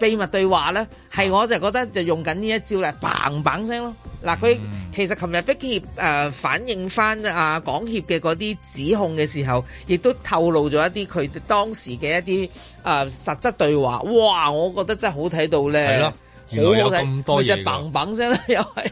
Speaker 3: 秘密對話咧，係我就覺得就用緊呢一招嚟砰砰聲咯。嗱，佢
Speaker 2: 嗯
Speaker 3: 其實琴日碧協誒、反映翻啊港協嘅嗰啲指控嘅時候，亦都透露咗一啲佢當時嘅一啲誒、呃實質對話。哇！我覺得真係好睇到咧，
Speaker 2: 係咯原來有咁多嘢㗎
Speaker 3: 咪就砰砰聲啦，又係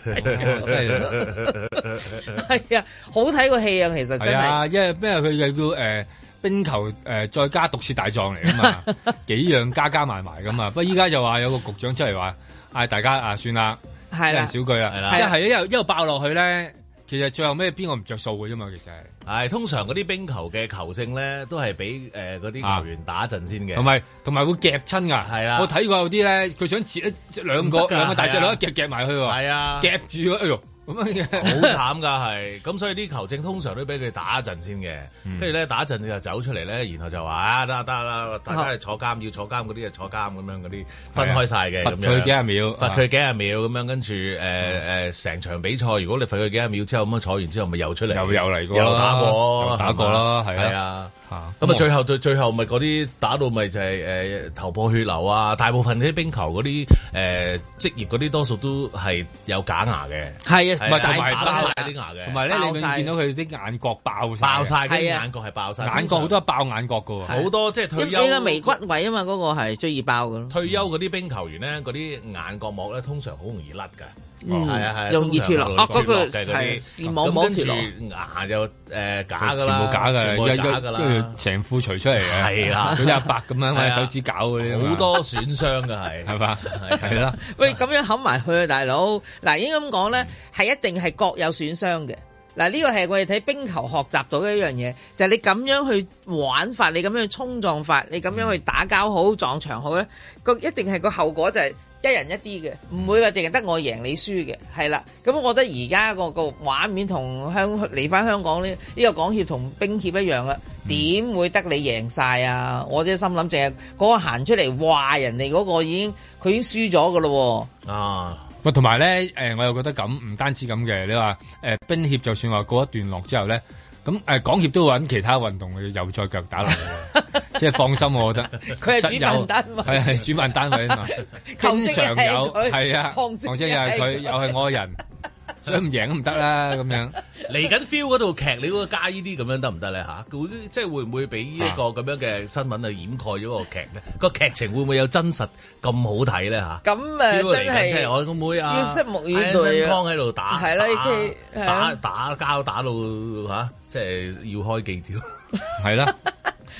Speaker 2: 真係
Speaker 3: 係啊，好睇個戲啊，其實
Speaker 2: 係
Speaker 3: 真係。
Speaker 2: 啊，因為咩佢又叫誒、呃冰球誒、呃再加毒舌大狀嚟噶 嘛，幾樣加加埋埋噶嘛。不過依家就話有個局長出嚟話嗌大家啊，算啦，
Speaker 3: 係啦
Speaker 2: 一人少句啦，
Speaker 1: 啦
Speaker 2: 一係啊一路一路爆落去咧，其實最後咩邊個唔着數嘅啫嘛，其實係
Speaker 1: 係通常嗰啲冰球嘅球證咧，都係俾誒嗰啲球員打陣先嘅，
Speaker 2: 同埋同埋會夾親㗎。係
Speaker 1: 啦
Speaker 2: 我睇過有啲咧，佢想截一兩
Speaker 1: 唔
Speaker 2: 個
Speaker 1: 得㗎
Speaker 2: 兩個大隻
Speaker 1: 係
Speaker 2: 佬
Speaker 1: 啊
Speaker 2: 一夾夾埋去喎，
Speaker 1: 係啊
Speaker 2: 夾住喎，哎呦咁樣 嘅。
Speaker 1: 好慘㗎係。咁所以啲球證通常都俾佢打一陣先嘅，跟住咧打一陣你就走出嚟咧，然後就話啊得得啦，大家係坐監要坐監嗰啲就坐監咁樣嗰啲分開晒嘅，
Speaker 2: 罰
Speaker 1: 咁樣
Speaker 2: 佢幾廿秒
Speaker 1: 罰佢幾廿秒咁樣，跟住誒
Speaker 2: 嗯
Speaker 1: 誒成場比賽，如果你罰佢幾廿秒之後咁樣啊坐完之後，咪又出嚟，
Speaker 2: 又又嚟過啦
Speaker 1: 又打過，
Speaker 2: 又打過啦
Speaker 1: 係
Speaker 2: 係啊
Speaker 1: 係啊。
Speaker 2: 嚇
Speaker 1: 咁啊，最後最最後咪嗰啲打到咪就係、誒、頭破血流啊！大部分啲冰球嗰啲誒職業嗰啲多數都係有假牙嘅，
Speaker 3: 係
Speaker 2: 唔係
Speaker 1: 同埋
Speaker 2: 同埋
Speaker 1: 打
Speaker 2: 爆
Speaker 1: 晒啲牙嘅，
Speaker 2: 同埋咧你
Speaker 1: 爆
Speaker 2: 永
Speaker 1: 晒
Speaker 2: 遠見到佢啲眼角爆晒嘅，
Speaker 1: 爆晒嘅眼角係爆晒，
Speaker 2: 眼角好多係爆眼角㗎喎，
Speaker 1: 好多即係退休
Speaker 3: 因為眉骨位啊嘛，嗰、個係最易爆嘅咯。
Speaker 1: 退休嗰啲冰球員咧，嗰啲眼角膜咧通常好容易甩㗎。
Speaker 3: 嗯
Speaker 1: 係啊係啊，
Speaker 3: 容易脫落
Speaker 1: 通常
Speaker 3: 哦嗰個
Speaker 1: 脫嘅嗰
Speaker 3: 係
Speaker 1: 啲
Speaker 3: 視網膜脫落
Speaker 1: 咁跟住牙就誒呃假
Speaker 2: 全
Speaker 1: 㗎啦，
Speaker 2: 部假
Speaker 1: 全部
Speaker 2: 嘅，一
Speaker 1: 假㗎
Speaker 2: 一
Speaker 1: 啦。
Speaker 2: 跟住成副除出嚟嘅，
Speaker 1: 係
Speaker 3: 啊
Speaker 1: 啦
Speaker 2: 佢一白咁樣
Speaker 1: 係
Speaker 2: 或者
Speaker 1: 啊
Speaker 2: 手指搞嗰啲啊嘛，
Speaker 1: 好多損傷 㗎係，啊
Speaker 2: 係嘛，係啦，
Speaker 3: 喂，咁樣冚埋去啊，大佬！嗱，應該咁講咧，係一定係各有損傷嘅。嗱，呢個係我哋睇冰球學習到嘅一樣嘢，就係、你咁樣去玩法，你咁樣去衝撞法，你咁樣去打交好、撞牆好咧，個一定係個後果就係一人一啲嘅，唔會話淨係得我贏你輸嘅，係啦。咁我覺得而家個個畫面同香嚟翻香港呢，呢、個港協同冰協一樣啦，點會得你贏晒啊？我啲心諗淨係嗰個行出嚟話人哋嗰個已經佢已經輸咗噶咯
Speaker 1: 啊！
Speaker 2: 喂，同埋咧，誒、我又覺得咁，唔單止咁嘅，你話誒、冰協 就算話過一段落之後咧，咁誒、港協都會揾其他運動去又再腳打落去，啊即係放心，我覺得。
Speaker 3: 佢係
Speaker 2: 實有
Speaker 3: 主辦單位
Speaker 2: 係係主辦單 位啊嘛，經常有
Speaker 3: 球證又係佢
Speaker 2: 係啊，
Speaker 3: 旁證
Speaker 2: 旁證又係佢，
Speaker 3: 又
Speaker 2: 又
Speaker 3: 係佢
Speaker 2: 係我嘅人，所以唔贏都唔得啦咁樣。
Speaker 1: 嚟緊 feel 嗰度劇，你嗰個加呢啲咁樣得唔得咧吓？會即係會唔會俾呢一個咁樣嘅新聞啊掩蓋咗個劇咧？個劇情會唔會有真實咁好睇咧吓？
Speaker 3: 咁誒
Speaker 1: 只要嚟緊
Speaker 3: 呃真係
Speaker 1: 即係我個妹啊，
Speaker 3: 要拭目以待啊
Speaker 1: Iron Man 康喺度打，
Speaker 3: 係啦已經係
Speaker 1: 打
Speaker 3: 啊
Speaker 1: 打打交打到吓，即係要開記招。
Speaker 2: 係啦，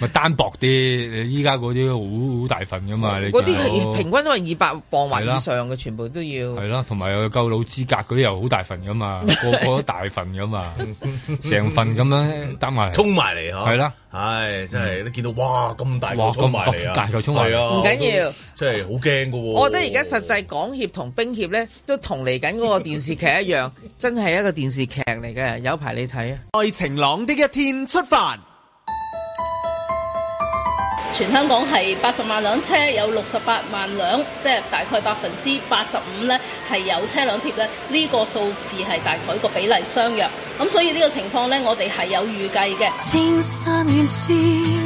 Speaker 2: 咪單薄啲。你依家嗰啲好好大份噶嘛，你
Speaker 3: 哦嗰啲
Speaker 2: 見到
Speaker 3: 係平均都係二百磅或
Speaker 2: 係啦
Speaker 3: 以上嘅，全部都要。
Speaker 2: 係啦，同埋又有夠老資格嗰啲又好大份 噶嘛，個個都大份噶嘛，成份咁樣 搭埋 嚟，
Speaker 1: 衝埋嚟嗬
Speaker 2: 係啦，嗯
Speaker 1: 唉，真係你見到哇咁大
Speaker 2: 哇
Speaker 1: 個
Speaker 2: 咁
Speaker 1: 衝埋嚟啊，
Speaker 2: 咁大嚿衝埋嚟
Speaker 1: 係啊
Speaker 3: 唔緊要
Speaker 1: 我都即係好驚噶喎。
Speaker 3: 我覺得而家實際港協同冰協咧，都同嚟緊嗰個電視劇一樣，真係一個電視劇嚟嘅，有排你睇啊！
Speaker 4: 在晴朗的一天出發。
Speaker 16: 全香港係八十萬輛車，有六十八萬輛，即係大概百分之八十五呢係有車輛貼咧，呢、個數字係大概個比例相若。咁所以呢個情況呢，我哋係有預計嘅。
Speaker 17: 青山原是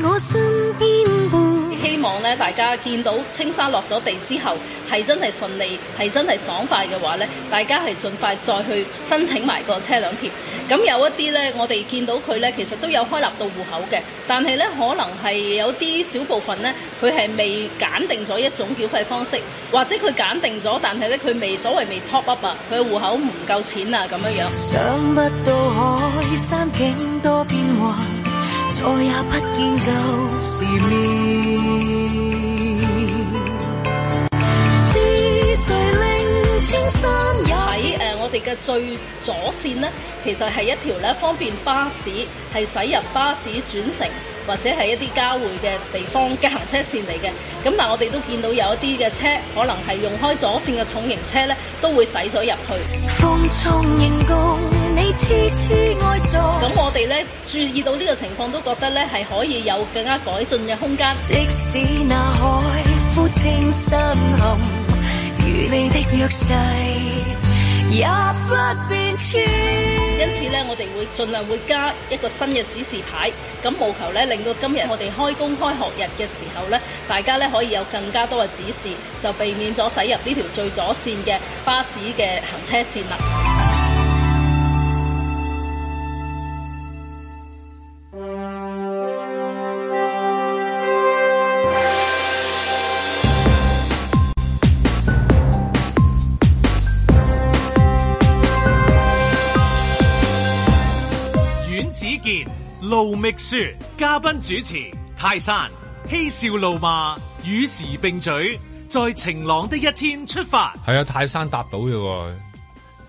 Speaker 17: 我身邊伴，
Speaker 16: 希望咧，大家見到青沙落咗地之後，係真係順利，係真係爽快嘅話咧，大家係盡快再去申請埋個車輛貼。咁有一啲咧，我哋見到佢咧，其實都有開立到户口嘅，但係咧可能係有啲少部分咧，佢係未揀定咗一種繳費方式，或者佢揀定咗，但係咧佢未所謂未 top up 啊，佢嘅户口唔夠錢啊咁樣樣。
Speaker 17: 想不到海山景多變幻，再也不見舊時面。是誰令青山有？
Speaker 16: 喺誒、呃我哋嘅最左線呢，其實係一條咧方便巴士係駛入巴士轉乘或者係一啲交匯嘅地方嘅行車線嚟嘅。咁但係我哋都見到有一啲嘅車可能係用開左線嘅重型車呢，都會駛咗入去。
Speaker 17: 風中凝共，你痴痴愛做。
Speaker 16: 咁我哋呢，注意到呢個情況，都覺得呢係可以有更加改進嘅空間。
Speaker 17: 即使那海枯青山陷，與你的約誓也不變遷。
Speaker 16: 因此咧，我哋會盡量會加一個新嘅指示牌，咁務求咧令到今日我哋開工開學日嘅時候咧，大家咧可以有更加多嘅指示，就避免咗駛入呢條最左線嘅巴士嘅行車線啦。
Speaker 1: 阮子健、盧覓雪，嘉賓主持泰山，嬉笑怒罵，與時並舉，在晴朗的一天出發。
Speaker 2: 係啊，泰山搭到嘅喎，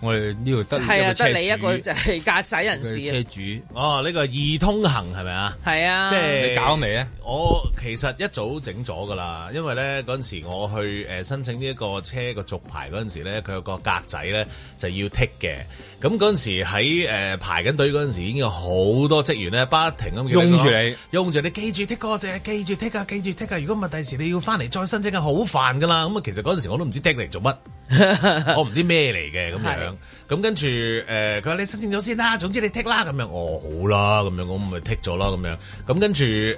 Speaker 2: 我哋呢度得
Speaker 3: 係啊，
Speaker 2: 個車
Speaker 3: 得你一
Speaker 2: 主
Speaker 3: 個就係駕駛人士
Speaker 2: 佢
Speaker 3: 啊
Speaker 2: 車，主
Speaker 1: 哦，呢個易通行係咪啊？
Speaker 3: 係啊，
Speaker 1: 即係
Speaker 2: 你搞咗未啊？
Speaker 1: 我其實一早整咗噶啦，因為咧嗰陣時我去誒、呃申請呢一個車個續牌嗰陣時咧，佢有個格仔咧就要剔嘅。咁嗰陣時喺誒、呃排緊隊嗰陣時，已經有好多職員咧不停咁叫
Speaker 2: 擁住
Speaker 1: 講
Speaker 2: 你，
Speaker 1: 擁住你，記住剔嗰隻，記住剔啊，記住剔啊！如果唔係第時你要翻嚟再申請啊，好煩噶啦。咁啊，其實嗰陣時我都唔知剔嚟做乜。 我哦唔知咩嚟嘅咁樣，咁跟住誒，佢話你申請咗先啦，總之你剔啦咁樣，哦好啦咁樣，我咪剔咗啦咁樣，咁跟住誒，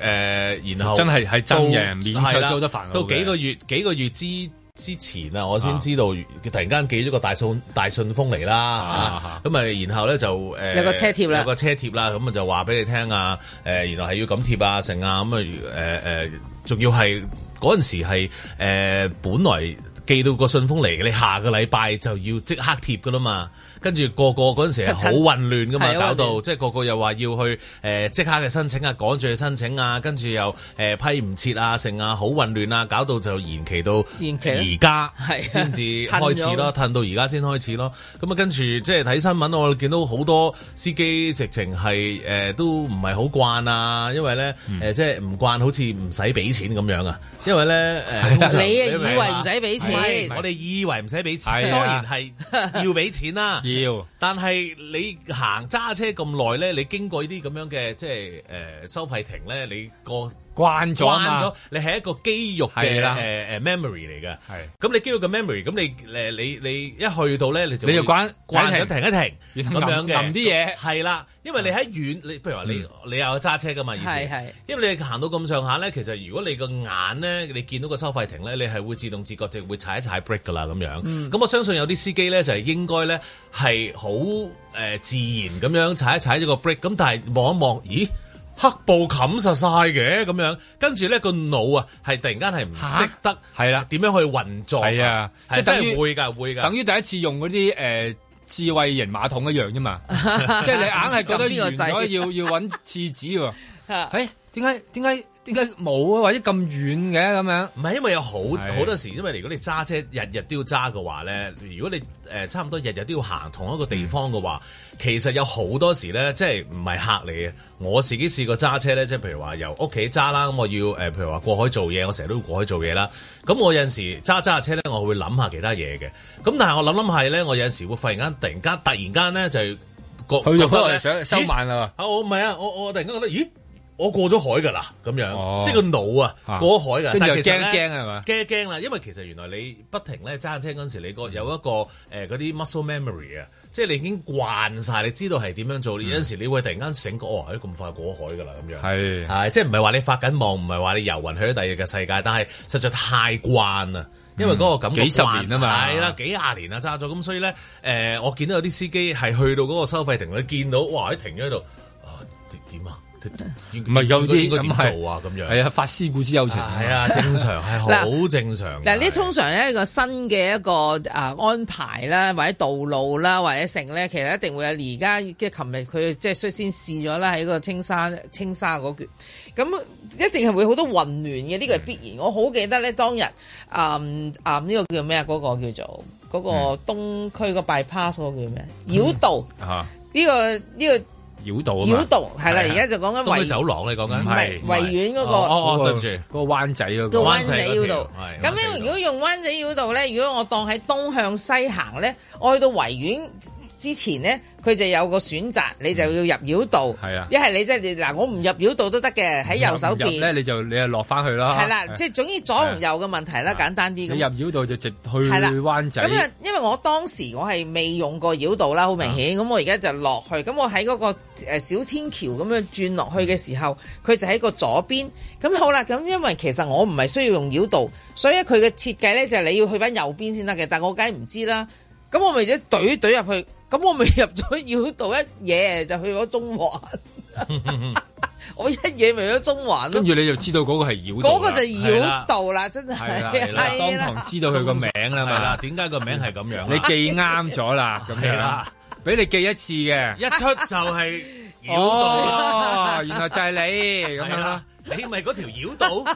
Speaker 1: 然後
Speaker 2: 真係係真嘅
Speaker 1: 到
Speaker 2: 免卻
Speaker 1: 係啦
Speaker 2: 租得煩惱嘅
Speaker 1: 到幾個月幾個月之。之前啊，我先知道佢突然間寄咗個大信大信封嚟
Speaker 2: 啊
Speaker 1: 啦嚇，咁咪然後咧就呃誒
Speaker 3: 有個車貼啦
Speaker 1: 有個車貼啦，咁啊就話俾你聽啊，誒原來係要咁貼啊，成啊咁啊誒誒，仲要係嗰陣時係誒呃本來寄到個信封嚟，你下個禮拜就要即刻貼噶啦嘛，跟住個個嗰陣時係好混亂噶嘛，
Speaker 3: 係好混亂
Speaker 1: 搞到。即係個個又話要去誒、呃即刻嘅申請啊，趕住去申請啊，跟住又誒、呃批唔切啊，成啊，好混亂啊，搞到就延期到
Speaker 3: 延期
Speaker 1: 而家
Speaker 3: 係
Speaker 1: 先至
Speaker 3: 啊褪咗
Speaker 1: 開始咯，褪到而家先開始咯。咁啊，跟住即係睇新聞，我見到好多司機直情係誒都唔係好慣啊，因為咧誒、
Speaker 3: 嗯
Speaker 1: 呃即係唔慣，好似唔使俾錢咁樣啊，因為咧 誒、呃通常
Speaker 3: 你啊
Speaker 1: 明唔
Speaker 3: 以
Speaker 1: 明
Speaker 3: 為唔使俾錢
Speaker 1: 唔係我哋以為唔使俾
Speaker 2: 係啊
Speaker 1: 錢，當然係要俾錢 啦。
Speaker 2: 要。
Speaker 1: 但係你呃行揸車咁耐咧，你經過呢啲咁樣嘅即係誒收費亭咧，你個
Speaker 2: 慣咗啊嘛
Speaker 1: 慣咗，你係一個肌肉嘅
Speaker 2: 係
Speaker 1: 誒
Speaker 2: 啦
Speaker 1: 誒 memory 嚟嘅。係，咁你肌肉嘅 memory，咁你誒你你一去到咧，你就
Speaker 2: 你就
Speaker 1: 會
Speaker 2: 慣
Speaker 1: 慣咗
Speaker 2: 停
Speaker 1: 停一停
Speaker 2: 然
Speaker 1: 咁
Speaker 2: 後
Speaker 1: 樣
Speaker 2: 撳
Speaker 1: 嘅，
Speaker 2: 撳啲嘢啊嗯
Speaker 1: 係啦，因為你喺遠，你譬如話你你又有揸車噶嘛，以
Speaker 3: 係
Speaker 1: 前
Speaker 3: 係
Speaker 1: 因為你行到咁上下咧，其實如果你個眼咧，你見到個收費亭咧，你係會自動自覺就會踩一踩 brake 噶啦咁樣。咁、
Speaker 3: 嗯
Speaker 1: 我相信有啲司機咧就係、應該咧係好誒自然咁樣踩一踩咗個 brake，咁但係望一望，咦？黑布冚實晒嘅咁樣，跟住咧個腦啊，係突然間係唔識得
Speaker 2: 係啦，
Speaker 1: 點樣去運作
Speaker 2: 係啊，
Speaker 3: 哦
Speaker 1: 係
Speaker 2: 即
Speaker 1: 真
Speaker 2: 係等於
Speaker 1: 係會㗎會㗎。
Speaker 2: 等於第一次用嗰啲誒智慧型馬桶一樣啫 嘛，即係你硬係覺得完咗要要揾廁紙喎。誒點哎解點解點解冇啊？或者咁遠嘅咁樣？
Speaker 1: 唔係因為有好
Speaker 2: 係
Speaker 1: 好多時，因為如果你揸車日日都要揸嘅話咧，如果你誒、呃差唔多日日都要行同一個地方嘅話，其實有好多時咧，即係唔係嚇你嘅。我自己試過揸車咧，即係譬如話由屋企揸啦，咁我要誒、呃譬如話過海做嘢，我成日都會過海做嘢啦。咁我有陣時揸揸下車咧，我會諗下其他嘢嘅。咁但係我諗諗係咧，我有陣時會忽然間突然間突然間咧就係覺
Speaker 2: 去到
Speaker 1: 覺得
Speaker 2: 可
Speaker 1: 咧
Speaker 2: 能想收
Speaker 1: 咦
Speaker 2: 慢啦。
Speaker 1: 啊，我唔係啊，我我突然間覺得，咦，我過咗海㗎啦，咁樣，即係個腦啊
Speaker 2: 哦啊
Speaker 1: 過咗海㗎，
Speaker 2: 跟住
Speaker 1: 但
Speaker 2: 又
Speaker 1: 其實
Speaker 2: 驚
Speaker 1: 咧
Speaker 2: 驚係嘛
Speaker 1: 驚一驚啦，因為其實原來你不停咧揸車嗰陣時，你個
Speaker 2: 嗯
Speaker 1: 有一個誒嗰啲 muscle memory 啊，即係你已經慣晒，你知道係點樣
Speaker 2: 嗯
Speaker 1: 做。有陣時你會突然間醒覺，哦，係咁快過海㗎啦咁樣。
Speaker 2: 係啊
Speaker 1: 係，即係唔係話你發緊夢，唔係話你遊魂去咗第二嘅世界，但係實在太慣啦。因為嗰個感覺
Speaker 2: 嗯幾十
Speaker 1: 慣
Speaker 2: 年啊嘛
Speaker 1: 係啦，幾廿年啦揸咗，咁所以咧，誒、我見到有啲司機係去到嗰個收費亭，你見到哇，喺停咗喺度，啊點點啊？點
Speaker 2: 唔係有啲
Speaker 1: 應該點
Speaker 2: 咁係
Speaker 1: 做啊？咁樣
Speaker 2: 係啊，發思故之有情。
Speaker 1: 係啊，正常係好正常。
Speaker 3: 嗱，呢通常咧一個新嘅一個啊安排啦，或者道路啦，或者城咧，其實一定會有而家即係琴日佢即係率先試咗啦，喺個青沙青沙嗰橛，咁一定係會好多混亂嘅，呢個係必然。我好記得咧，當日啊嗯啊呢個叫咩啊？嗰個叫做嗰
Speaker 2: 嗯
Speaker 3: 個東區個 bypass 嗰個叫咩？繞道
Speaker 2: 啊，
Speaker 3: 呢個呢個。
Speaker 2: 繞道啊嘛
Speaker 3: 繞道係啦，
Speaker 2: 係啊
Speaker 3: 而家就講緊
Speaker 2: 東區
Speaker 3: 維
Speaker 2: 走廊你講緊
Speaker 3: 唔
Speaker 2: 係
Speaker 3: 係維園嗰個
Speaker 2: 哦哦哦
Speaker 1: 對唔住
Speaker 2: 嗰個灣仔嗰個
Speaker 3: 個灣仔繞道。咁
Speaker 2: 灣仔
Speaker 3: 因為如果用灣仔繞道咧，如果我當喺東向西行咧，我去到維園之前咧，佢就有個選擇，你就要入繞道。
Speaker 2: 係啊
Speaker 3: 一係你即係你嗱，我唔入繞道都得嘅，喺右手
Speaker 2: 入啊入咧
Speaker 3: 邊。
Speaker 2: 你就你就落翻去啦。
Speaker 3: 係啦，即係總之左同右嘅問題
Speaker 2: 啊
Speaker 3: 啦，簡單啲
Speaker 2: 你
Speaker 3: 咁
Speaker 2: 入。繞道就直去
Speaker 3: 係啦
Speaker 2: 灣仔。
Speaker 3: 咁啊，因為我當時我係未用過繞道啦，好明顯。
Speaker 2: 啊
Speaker 3: 咁、我而家就落去，咁我喺嗰個呃小天橋咁樣轉落去嘅時候，佢就喺個左邊。咁好啦，咁因為其實我唔係需要用繞道，所以佢嘅設計呢，就係、你要去翻右邊先得嘅。但我梗係唔知啦。咁我咪一懟懟入去，咁我咪入咗繞道一嘢就去咗中環， 我一嘢咪去咗中環
Speaker 2: 跟
Speaker 3: 咯。
Speaker 2: 住你就知道嗰個係繞道啦。
Speaker 3: 嗰個就繞道啦，真係
Speaker 2: 係啦，係啦，當堂知道佢個名啦
Speaker 1: 係
Speaker 2: 嘛
Speaker 1: 啦。點解個名係咁樣啊
Speaker 2: 你記啱咗啦，咁
Speaker 1: 係
Speaker 2: 樣
Speaker 1: 啦
Speaker 2: 啦，俾你記一次嘅。
Speaker 1: 一出 就係繞道，
Speaker 2: 哦，原來就係你咁樣啦。
Speaker 1: 你咪嗰條繞 道。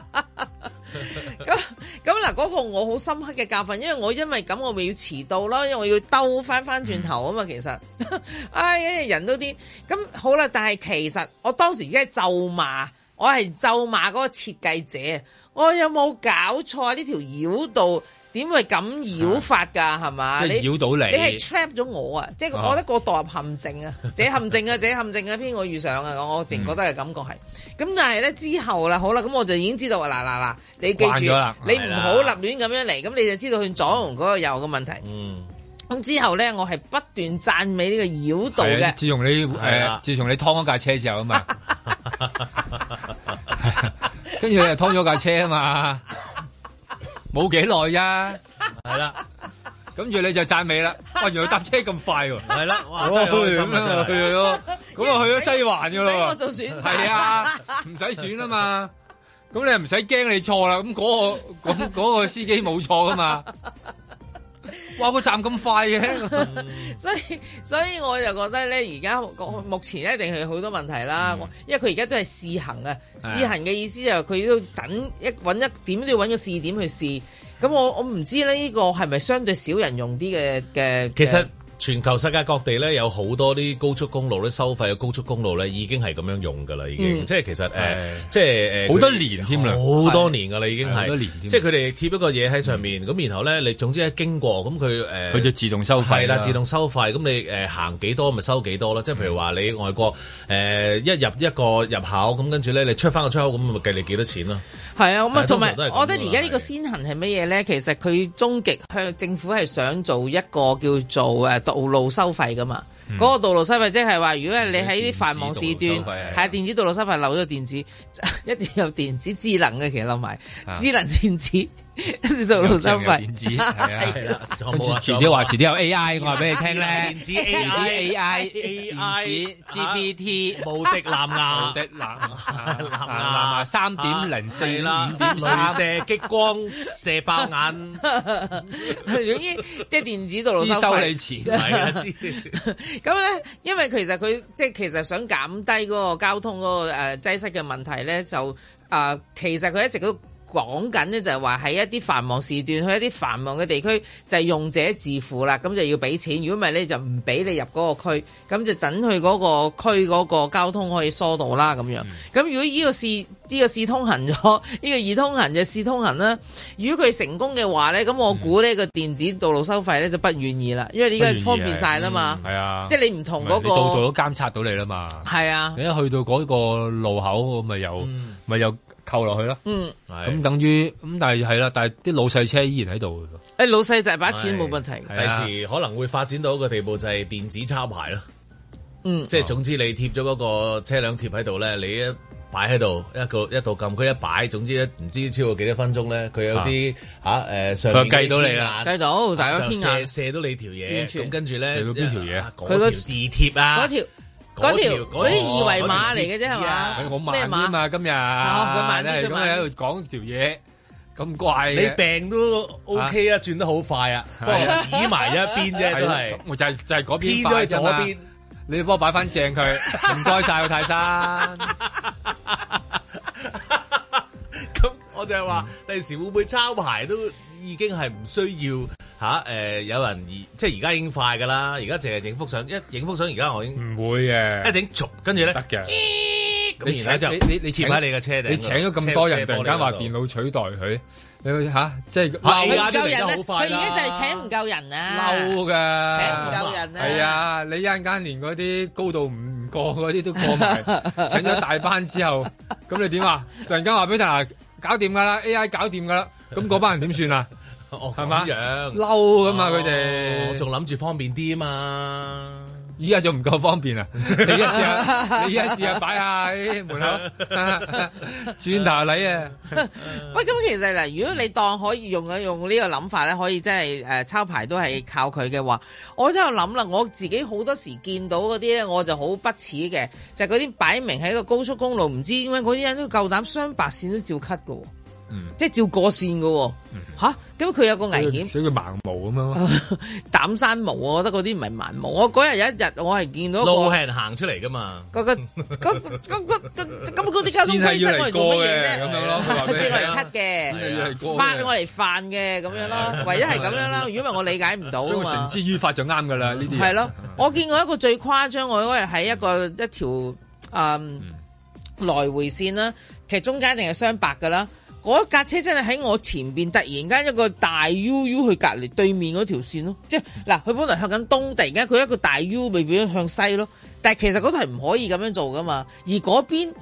Speaker 3: 咁嗱，嗰個我好深刻嘅教訓，因為我因為咁我咪要遲到咯，因為我要兜翻翻轉頭啊
Speaker 2: 嗯
Speaker 3: 嘛，其實， 唉、人都癲。咁好啦，但係其實我當時已經係咒罵，我係咒罵嗰個設計者，我有冇搞錯啊？呢條繞道點會咁繞法㗎？係嘛？
Speaker 2: 即係繞到你
Speaker 3: 你係 trap 咗我啊！即係我覺得個墮入陷 阱啊，這陷阱啊，這陷阱啊，偏我遇上啊！我我淨覺得係感覺係。
Speaker 2: 嗯
Speaker 3: 咁但係咧之後啦，好啦，咁我就已經知道嗱嗱嗱，你記
Speaker 2: 慣
Speaker 3: 住
Speaker 2: 咗啦，
Speaker 3: 你
Speaker 2: 係
Speaker 3: 唔
Speaker 2: 啦
Speaker 3: 好立亂咁樣嚟，咁你就知道佢左同嗰個右嘅問題。
Speaker 1: 嗯。
Speaker 3: 咁之後咧，我係不斷讚美呢個繞道
Speaker 2: 係啊
Speaker 3: 嘅。
Speaker 2: 自從你
Speaker 3: 係
Speaker 2: 誒
Speaker 3: 啦，
Speaker 2: 自從你劏咗架車之後啊嘛， 跟住你就劏咗架車啊嘛，冇幾耐啫。
Speaker 1: 係啦，
Speaker 2: 跟住你就讚美啦。哇，原來搭車咁快喎。
Speaker 1: 係啦，哇
Speaker 2: 咁
Speaker 1: 真係開心啊
Speaker 2: 啊去
Speaker 1: 真係
Speaker 2: 咗，咁啊去咗西環噶
Speaker 3: 唔使
Speaker 2: 咯。
Speaker 3: 我做選擇
Speaker 2: 係啊，唔使選啊嘛。咁你又唔使驚你錯啦。咁嗰個咁嗰個司機冇錯噶嘛。哇，個站咁快嘅。
Speaker 3: 所以所以我就覺得咧，而家目前一定係好多問題啦。
Speaker 1: 嗯
Speaker 3: 因為佢而家都係試行啊，
Speaker 2: 係
Speaker 3: 試行嘅意思就係佢都等一揾一點都要揾個試點去試。咁我我唔知呢個係咪相對少人用啲嘅嘅。
Speaker 1: 其實
Speaker 3: 嘅
Speaker 1: 全球世界各地咧有好多啲高速公路咧收費嘅高速公路咧已經係咁樣用㗎啦，已經、
Speaker 2: 嗯
Speaker 1: 即係其實誒、即係誒
Speaker 2: 好多
Speaker 1: 佢哋
Speaker 2: 年添啦
Speaker 1: 好多年㗎啦已經
Speaker 2: 係好多
Speaker 1: 係
Speaker 2: 年，添嗯
Speaker 1: 即係佢哋貼一個嘢喺上面，咁、然後咧你總之一經過咁佢誒，
Speaker 2: 佢就自動收費
Speaker 1: 係啦，
Speaker 2: 啦
Speaker 1: 自動收費，咁你誒行幾多咪收幾多啦，即係譬如話你外國誒、一入一個入口咁，跟住咧你出翻個出口咁咪計你幾多錢咯，
Speaker 3: 係啊，咁啊，
Speaker 1: 係
Speaker 3: 同埋
Speaker 1: 通常都係咁
Speaker 3: 我覺得而家呢個先行係乜嘢咧？其實佢終極向政府係想做一個叫做呃誒道路收費噶嘛。嗰、個道路收費即係話，如果係你喺啲繁忙時段，
Speaker 18: 電子道路收費係
Speaker 3: 係啊電子道路收費漏咗電子， 一定有電子智能嘅，其實諗埋
Speaker 2: 啊
Speaker 3: 智能電子 道路收費，
Speaker 2: 有電 子係 啊，
Speaker 1: 仲
Speaker 2: 跟
Speaker 1: 有冇
Speaker 2: 住
Speaker 1: 啊
Speaker 2: 遲啲話遲啲有 AI，我話俾你聽咧，
Speaker 1: 電子 AI AI GPT 無敵藍牙，無敵 藍藍牙
Speaker 2: 三點零四
Speaker 1: 係啊啦
Speaker 2: 五點三
Speaker 1: 鐳射激光射爆眼。
Speaker 3: 總之即係電子道 路收
Speaker 2: 資收
Speaker 3: 費
Speaker 2: 你錢
Speaker 1: 係啊資
Speaker 3: 咁咧，因為其實佢即係其實想減低嗰個交通嗰、個誒、呃、擠塞嘅問題咧，就啊、呃其實佢一直都講緊咧，就係話喺一啲繁忙時段，去一啲繁忙嘅地區就係用者自付啦，咁就要俾錢。如果唔係咧，就唔俾你入嗰個區，咁就等佢嗰個區嗰個交通可以疏導啦咁樣。咁、如果呢個試呢、個試通行咗，呢、個易通行就 試通行啦。如果佢成功嘅話咧，咁我估呢個電子道路收費咧就嗯不願意啊嗯啦，因為呢家方便晒啦嘛。
Speaker 2: 係啊，
Speaker 3: 即係你唔同嗰個
Speaker 2: 你度度都監察到你啦嘛。
Speaker 3: 係啊
Speaker 2: 你，一去到嗰個路口，咁咪又咪又扣落去咯。
Speaker 3: 嗯，
Speaker 2: 咁等於咁，但係係啦，但係啲老細車依然喺度嘅。
Speaker 3: 誒老細就係把錢冇問題嘅，
Speaker 1: 第
Speaker 2: 啊
Speaker 1: 時可能會發展到一個地步，就係電子抄牌咯。
Speaker 3: 嗯，
Speaker 1: 即係總之你貼咗嗰個車輛貼喺度咧，你一擺喺度一個一度撳，佢一擺，總之一唔知超過幾多分鐘咧，佢有啲嚇誒上面
Speaker 2: 啊佢計到你啦
Speaker 1: 嗰啲天眼
Speaker 3: 計到大家
Speaker 1: 就
Speaker 3: 天眼
Speaker 1: 射射到你條嘢，
Speaker 3: 完全
Speaker 1: 咁跟住咧
Speaker 2: 射到邊條嘢
Speaker 1: 啊嗰
Speaker 2: 佢
Speaker 1: 條
Speaker 2: 個
Speaker 1: 地鐵啊，
Speaker 3: 嗰條
Speaker 1: 嗰
Speaker 3: 嗰
Speaker 1: 條
Speaker 3: 條嗰啲二維碼嚟嘅啫係嘛
Speaker 2: 哎係我？
Speaker 3: 咩
Speaker 2: 慢啲啊
Speaker 3: 碼？
Speaker 2: 嘛，今日
Speaker 3: 哦佢慢啲
Speaker 2: 你係
Speaker 3: 佢
Speaker 2: 咁
Speaker 3: 慢啲
Speaker 2: 喺度講條嘢咁怪
Speaker 1: 你
Speaker 2: 嘅
Speaker 1: 病都 OK 啊，轉得好快啊，不過倚埋一邊啫，都係
Speaker 2: 係。我就係就係嗰邊
Speaker 1: 偏
Speaker 2: 快
Speaker 1: 咗去左
Speaker 2: 啫嘛
Speaker 1: 邊，
Speaker 2: 你幫我擺翻正佢，唔該晒喎泰山。
Speaker 1: 我就係話，第時會唔會抄牌都已經係唔需要吓誒、呃有人而即係而家已經快㗎啦，而家淨係影幅相，一影幅相而家我已經
Speaker 2: 唔會嘅，
Speaker 1: 一整逐跟住咧得
Speaker 2: 嘅。
Speaker 1: 咁然後就
Speaker 2: 你你你
Speaker 1: 貼
Speaker 2: 請
Speaker 1: 喺你嘅車頂，
Speaker 2: 你請咗咁多人，
Speaker 1: 車車玻
Speaker 2: 突
Speaker 1: 璃
Speaker 2: 然間話
Speaker 1: 嗰度
Speaker 2: 電腦取代佢，你會吓即係
Speaker 1: 係
Speaker 3: 佢唔
Speaker 2: 嬲
Speaker 3: 夠人
Speaker 1: 而家啲嚟得
Speaker 3: 咧，
Speaker 1: 好
Speaker 3: 佢
Speaker 1: 快
Speaker 3: 而
Speaker 1: 啦
Speaker 3: 家就係請唔夠人啊！
Speaker 2: 嬲噶，
Speaker 3: 請唔夠人啊
Speaker 2: 係啊，你一陣間連嗰啲高度唔唔過嗰啲都 過埋，請咗大班之後，咁你點啊？突然間話俾大家搞掂噶啦，AI 搞掂噶啦，咁嗰班人點算 啊？係嘛？
Speaker 1: 咁樣
Speaker 2: 嬲噶嘛
Speaker 1: 哦
Speaker 2: 佢哋，
Speaker 1: 我仲諗住方便啲啊嘛。
Speaker 2: 依家就唔夠 方便啊！你而家試下，你而家試下擺下喺門口， 轉頭禮啊！
Speaker 3: 喂，咁其實嗱，如果你當可以用一用呢個諗法咧，可以真係誒抄牌都
Speaker 1: 嗯
Speaker 3: 係靠佢嘅話，我真係諗啦，我自己好多時見到嗰啲咧，我就好不齒嘅，就係嗰啲擺明喺個高速公路，唔知點解嗰啲人都夠膽雙白線都照 cut 嘅喎，
Speaker 1: 嗯
Speaker 3: 即係照過線嘅喎，吓，咁佢有個危險。啊
Speaker 2: 所以佢盲毛咁樣咯。
Speaker 3: 膽山毛，我覺得嗰啲唔係盲毛。我嗰日有一日，我係見到一個
Speaker 1: 路係人行出嚟㗎嘛，
Speaker 3: 嗰個嗰個嗰個咁嗰啲交通
Speaker 1: 線係
Speaker 3: 規
Speaker 1: 要
Speaker 3: 則
Speaker 1: 嚟
Speaker 3: 我嚟做乜
Speaker 1: 過
Speaker 3: 嘢
Speaker 1: 嘅
Speaker 3: 啫？
Speaker 1: 咁 樣咯佢話俾你
Speaker 3: 即係我嚟
Speaker 1: 聽
Speaker 3: cut
Speaker 1: 係啊要嚟
Speaker 3: 嘅，
Speaker 1: 過嘅
Speaker 3: 翻我嚟犯嘅咁樣
Speaker 2: 啊
Speaker 3: 咯，唯一係咁樣啦。如果唔係我理解唔到
Speaker 2: 將
Speaker 3: 啊
Speaker 2: 佢
Speaker 3: 嘛
Speaker 2: 繩。之於法就啱噶啦，呢啲嘢
Speaker 3: 係咯，我見過一個最誇張，我嗰日喺一個一條誒、嗯來回線啦，其實中間一定係雙白噶啦。嗰架車真係喺我前邊，突然間一個大 U U 去隔離對面嗰條線咯，即係嗱，佢本來向緊東，突然間佢一個大 U 咪變咗向西咯。但係其實嗰度係唔可以咁樣做噶嘛，而嗰邊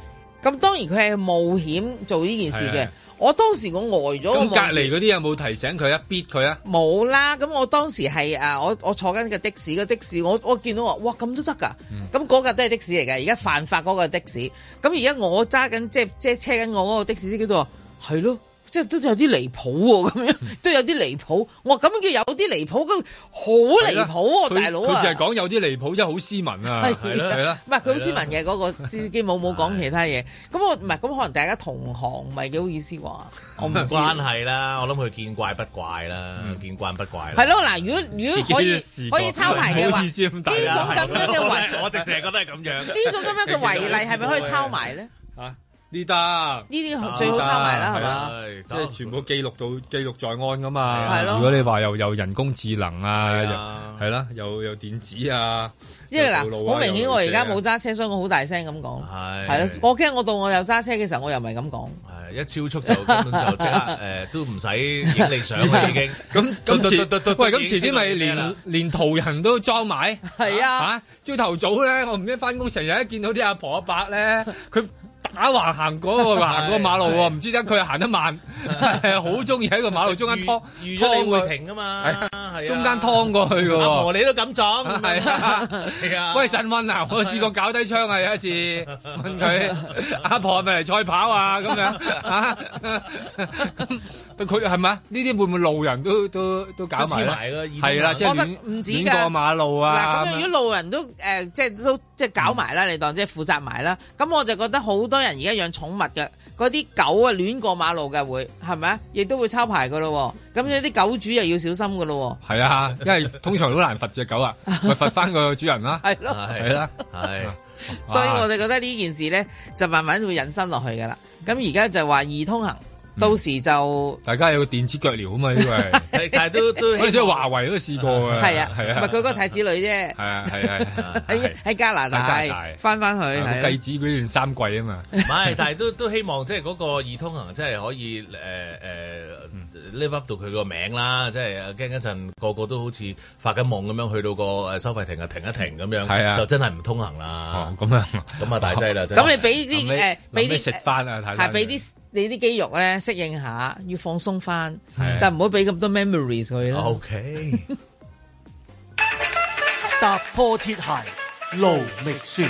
Speaker 3: 咁當然佢係冒險做呢件事
Speaker 2: 係
Speaker 3: 嘅
Speaker 2: 係。
Speaker 3: 我當時我呆咗，我
Speaker 2: 咁
Speaker 3: 望
Speaker 2: 隔
Speaker 3: 住
Speaker 2: 離嗰啲有冇提醒佢啊？逼佢啊？
Speaker 3: 冇啦，咁我當時係啊，我我坐緊個的士，個的士我我見到話，哇咁都得㗎，
Speaker 2: 嗯
Speaker 3: 咁嗰架都係的士嚟嘅，而家犯法嗰個係的士，咁而家我揸緊即係即係車緊我嗰個的士司機都話係咯。即係都有啲離譜喎、咁樣
Speaker 2: 嗯
Speaker 3: 都有啲離譜。我話咁樣叫有啲離譜，咁好離譜喎、
Speaker 2: 佢
Speaker 3: 大佬
Speaker 2: 佢
Speaker 3: 啊！
Speaker 2: 就係講有啲離譜，真係好斯文啊，係啦，係啦，
Speaker 3: 唔係佢好斯文嘅嗰個司機冇冇講其他嘢。咁我唔係咁可能大家同行，唔係幾好意思啩？我
Speaker 1: 我
Speaker 3: 唔
Speaker 1: 唔
Speaker 3: 知。
Speaker 1: 關係啦，我諗佢見怪不怪啦，見慣不怪啦。
Speaker 3: 係咯，嗱，如果如果可以可以抄牌嘅話，呢種 咁樣嘅違
Speaker 1: 我直情係覺得係咁樣。
Speaker 3: 呢種咁樣嘅違例係咪可以抄埋咧？
Speaker 2: 嚇？呢呢得呢
Speaker 3: 啲最好抄埋
Speaker 1: 啊
Speaker 3: 啦係嘛
Speaker 2: 即係全部記錄到記錄在案噶嘛。
Speaker 3: 係咯
Speaker 2: 如果你話又又人工智能啊，又係啦，又又電子啊，
Speaker 3: 因為
Speaker 2: 又道
Speaker 3: 嗱，
Speaker 2: 路啊
Speaker 3: 好明顯我而家
Speaker 2: 又
Speaker 3: 冇揸車，所以我好大聲咁講。
Speaker 1: 係
Speaker 3: 係咯，我驚我到我有揸車嘅時候，我又唔係咁講。
Speaker 1: 係一超速就根本就即刻誒都唔使影你相啦已經。
Speaker 2: 咁咁遲
Speaker 1: 嘟嘟嘟嘟嘟
Speaker 2: 喂，咁
Speaker 1: 已經
Speaker 2: 遲
Speaker 1: 知
Speaker 2: 啲
Speaker 1: 道
Speaker 2: 咪
Speaker 1: 你咩啦
Speaker 2: 連連途人都裝埋？
Speaker 3: 係啊
Speaker 2: 嚇！朝頭早咧，我唔知翻工成日一見到啲阿婆阿伯咧， 佢打橫行嗰個行嗰個馬路喎，唔知點解佢行 得慢，好中意喺個馬路中間拖
Speaker 1: 預咗你會
Speaker 2: 拖佢
Speaker 1: 停啊嘛，係
Speaker 2: 係
Speaker 1: 啊
Speaker 2: 中間劏過去嘅喎
Speaker 1: 阿婆你都咁 撞，
Speaker 2: 係啊
Speaker 1: 係啊，
Speaker 2: 喂，神運啊！我試過搞低槍 啊，有一次問佢阿婆係咪嚟賽跑啊咁樣啊， 咁佢係咪啊？呢啲會唔會路人都都都搞埋
Speaker 1: 都黐埋
Speaker 2: 咧
Speaker 1: 咯？
Speaker 2: 係啦，即係
Speaker 3: 我覺得
Speaker 2: 亂
Speaker 3: 唔止
Speaker 2: 亂
Speaker 3: 㗎
Speaker 2: 過馬路啊！
Speaker 3: 嗱，咁樣如果路人都誒，即係都即係搞埋啦，你當即係負責埋啦。咁我就覺得好多人而家養寵物嘅，嗰啲狗啊亂過馬路嘅會係咪啊？亦都會抄牌嘅咯喎。咁有啲狗主又要小心嘅咯
Speaker 2: 係啊，因為通常好難罰只 狗啊，咪罰翻個主人啦。啊
Speaker 3: 係咯
Speaker 1: 啊
Speaker 2: 係啦，
Speaker 1: 係。
Speaker 3: 喎。 所以我哋覺得呢件事咧，就慢慢會引申落去嘅啦。咁而家就話易通行，到時就
Speaker 2: 大家有個電子腳鐐啊嘛，因 為
Speaker 1: 但係都都
Speaker 2: 好似華為都試過 啊。
Speaker 3: 係啊，
Speaker 2: 係
Speaker 3: 唔
Speaker 2: 啊，
Speaker 3: 係佢嗰個太子女啫，
Speaker 2: 係啊，係啊，
Speaker 3: 喺喺加拿大
Speaker 2: 喺加拿大
Speaker 3: 翻翻去
Speaker 2: 係啊
Speaker 3: 係
Speaker 2: 繼
Speaker 3: 啊。
Speaker 2: 子嗰段三季啊嘛。
Speaker 1: 唔係，但係都都希望即係嗰個易通行，即係可以誒誒、live up 到佢個名啦，即係驚一陣個個都好似發緊夢咁樣去到個誒收費亭啊停一停咁樣，
Speaker 2: 係啊
Speaker 1: 就真係唔通行啦。
Speaker 2: 咁 啊，
Speaker 1: 咁啊大劑啦！真係
Speaker 3: 咁你俾啲誒，俾啲
Speaker 2: 食翻啊，太
Speaker 3: 係俾啲你啲肌肉咧適應下，要放鬆翻
Speaker 2: 係啊，
Speaker 3: 就唔好俾咁多 memories 佢啦。
Speaker 1: OK，
Speaker 18: 踏破鐵鞋路未雪。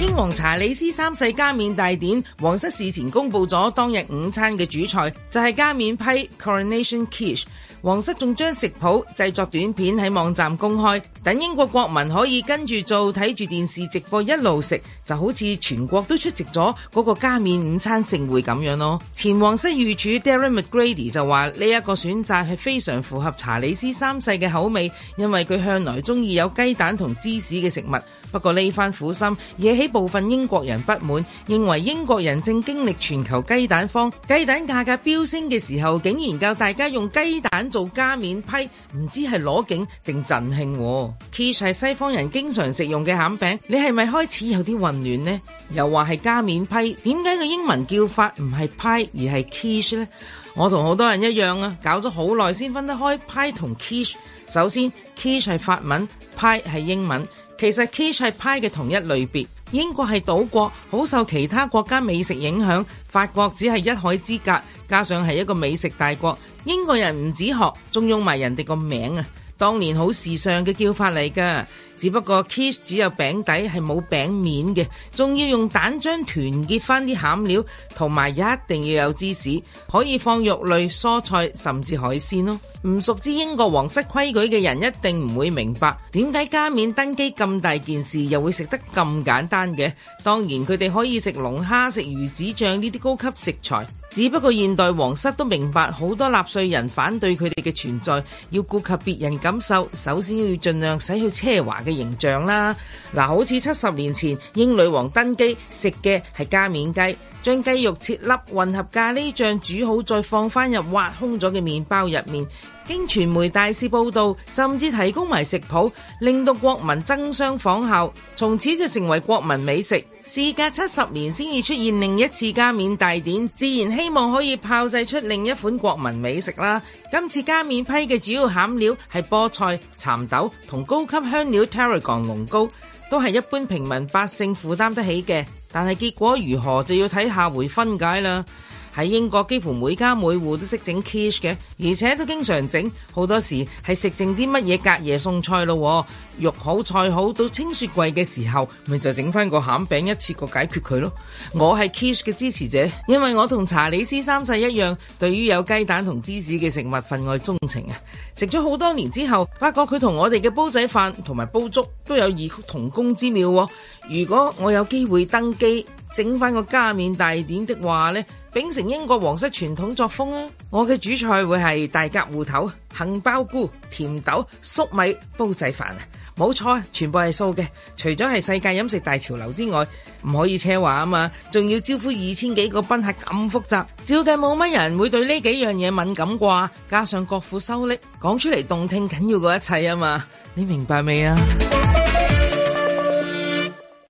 Speaker 3: 英皇查理斯三世加冕大典，皇室事前公布咗當日午餐嘅主菜就係、加冕批 Coronation Quiche。皇室仲將食譜製作短片喺網站公開，等英國國民可以跟住做，睇住電視直播一路食，就好似全國都出席咗嗰個加冕午餐盛會咁樣咯。前皇室御廚 Darren McGrady 就話呢一個選擇係非常符合查理斯三世嘅口味，因為佢向來中意有雞蛋同芝士嘅食物。不過呢番苦心惹起部分英國人不滿，認為英國人正經歷全球雞蛋荒，雞蛋價格飆升嘅時候，竟然教大家用雞蛋做加冕批，唔知係攞景定贈慶喎。Quiche 係西方人經常食用嘅餡餅，你係咪開始有啲混亂呢？又話係加冕批，點解個英文叫法唔係派而係 Quiche 呢？我同好多人一樣啊，搞咗好耐先分得開派同 Quiche。首先，Quiche 係法文，pie 係英文。其實 quiche 係派嘅同一類別。英國係島國，好受其他國家美食影響。法國只係一海之隔，加上係一個美食大國，英國人唔止學，仲用埋人哋個名啊！當年好時尚嘅叫法嚟㗎，只不過 quiche 只有餅底係冇餅面嘅，仲要用蛋漿團結翻啲餡料，同埋一定要有芝士，可以放肉類、蔬菜甚至海鮮咯。唔熟知英國皇室規矩嘅人一定唔會明白點解加冕登基咁大件事又會食得咁簡單嘅。當然佢哋可以食龍蝦、食魚子醬呢啲高級食材，只不過現代皇室都明白好多納稅人反對佢哋嘅存在，要顧及別人感受，首先要盡量使佢奢華嘅形象啦。嗱，好似七十年前英女王登基食嘅係加冕雞。將雞肉切粒，混合咖喱醬煮好，再放翻入挖空咗嘅麵包入面。經傳媒大肆報導，甚至提供埋食譜，令到國民爭相仿效，從此就成為國民美食。事隔七十年先至出現另一次加冕大典，自然希望可以炮製出另一款國民美食啦。今次加冕批嘅主要餡料係菠菜、蠶豆同高級香料 tarragon 龍膏。都係一般平民百姓負擔得起嘅，但係結果如何就要睇下回分解啦。喺英國幾乎每家每戶都識整 quiche 嘅，而且都經常整，好多時係食剩啲乜嘢隔夜餸菜咯喎，肉好菜好，到清雪櫃嘅時候，咪就整翻個餡餅一次過解決佢咯。我係 quiche 嘅支持者，因為我同查理斯三世一樣，對於有雞蛋同芝士嘅食物分外鍾情啊！食咗好多年之後，發覺佢同我哋嘅煲仔飯同埋煲粥都有異曲同工之妙喎。如果我有機會登基，整翻個加冕大典的話呢，秉承英國皇室傳統作風啊，我嘅主菜會係大夾芋頭、杏鮑菇、甜豆、粟米煲仔飯啊。冇錯，全部係素嘅。除咗係世界飲食大潮流之外，唔可以奢華啊嘛，仲要招呼二千幾個賓客咁複雜，照計冇乜人會對呢幾樣嘢敏感啩。加上國父收拎，講出嚟動聽緊要過一切啊嘛，你明白未啊？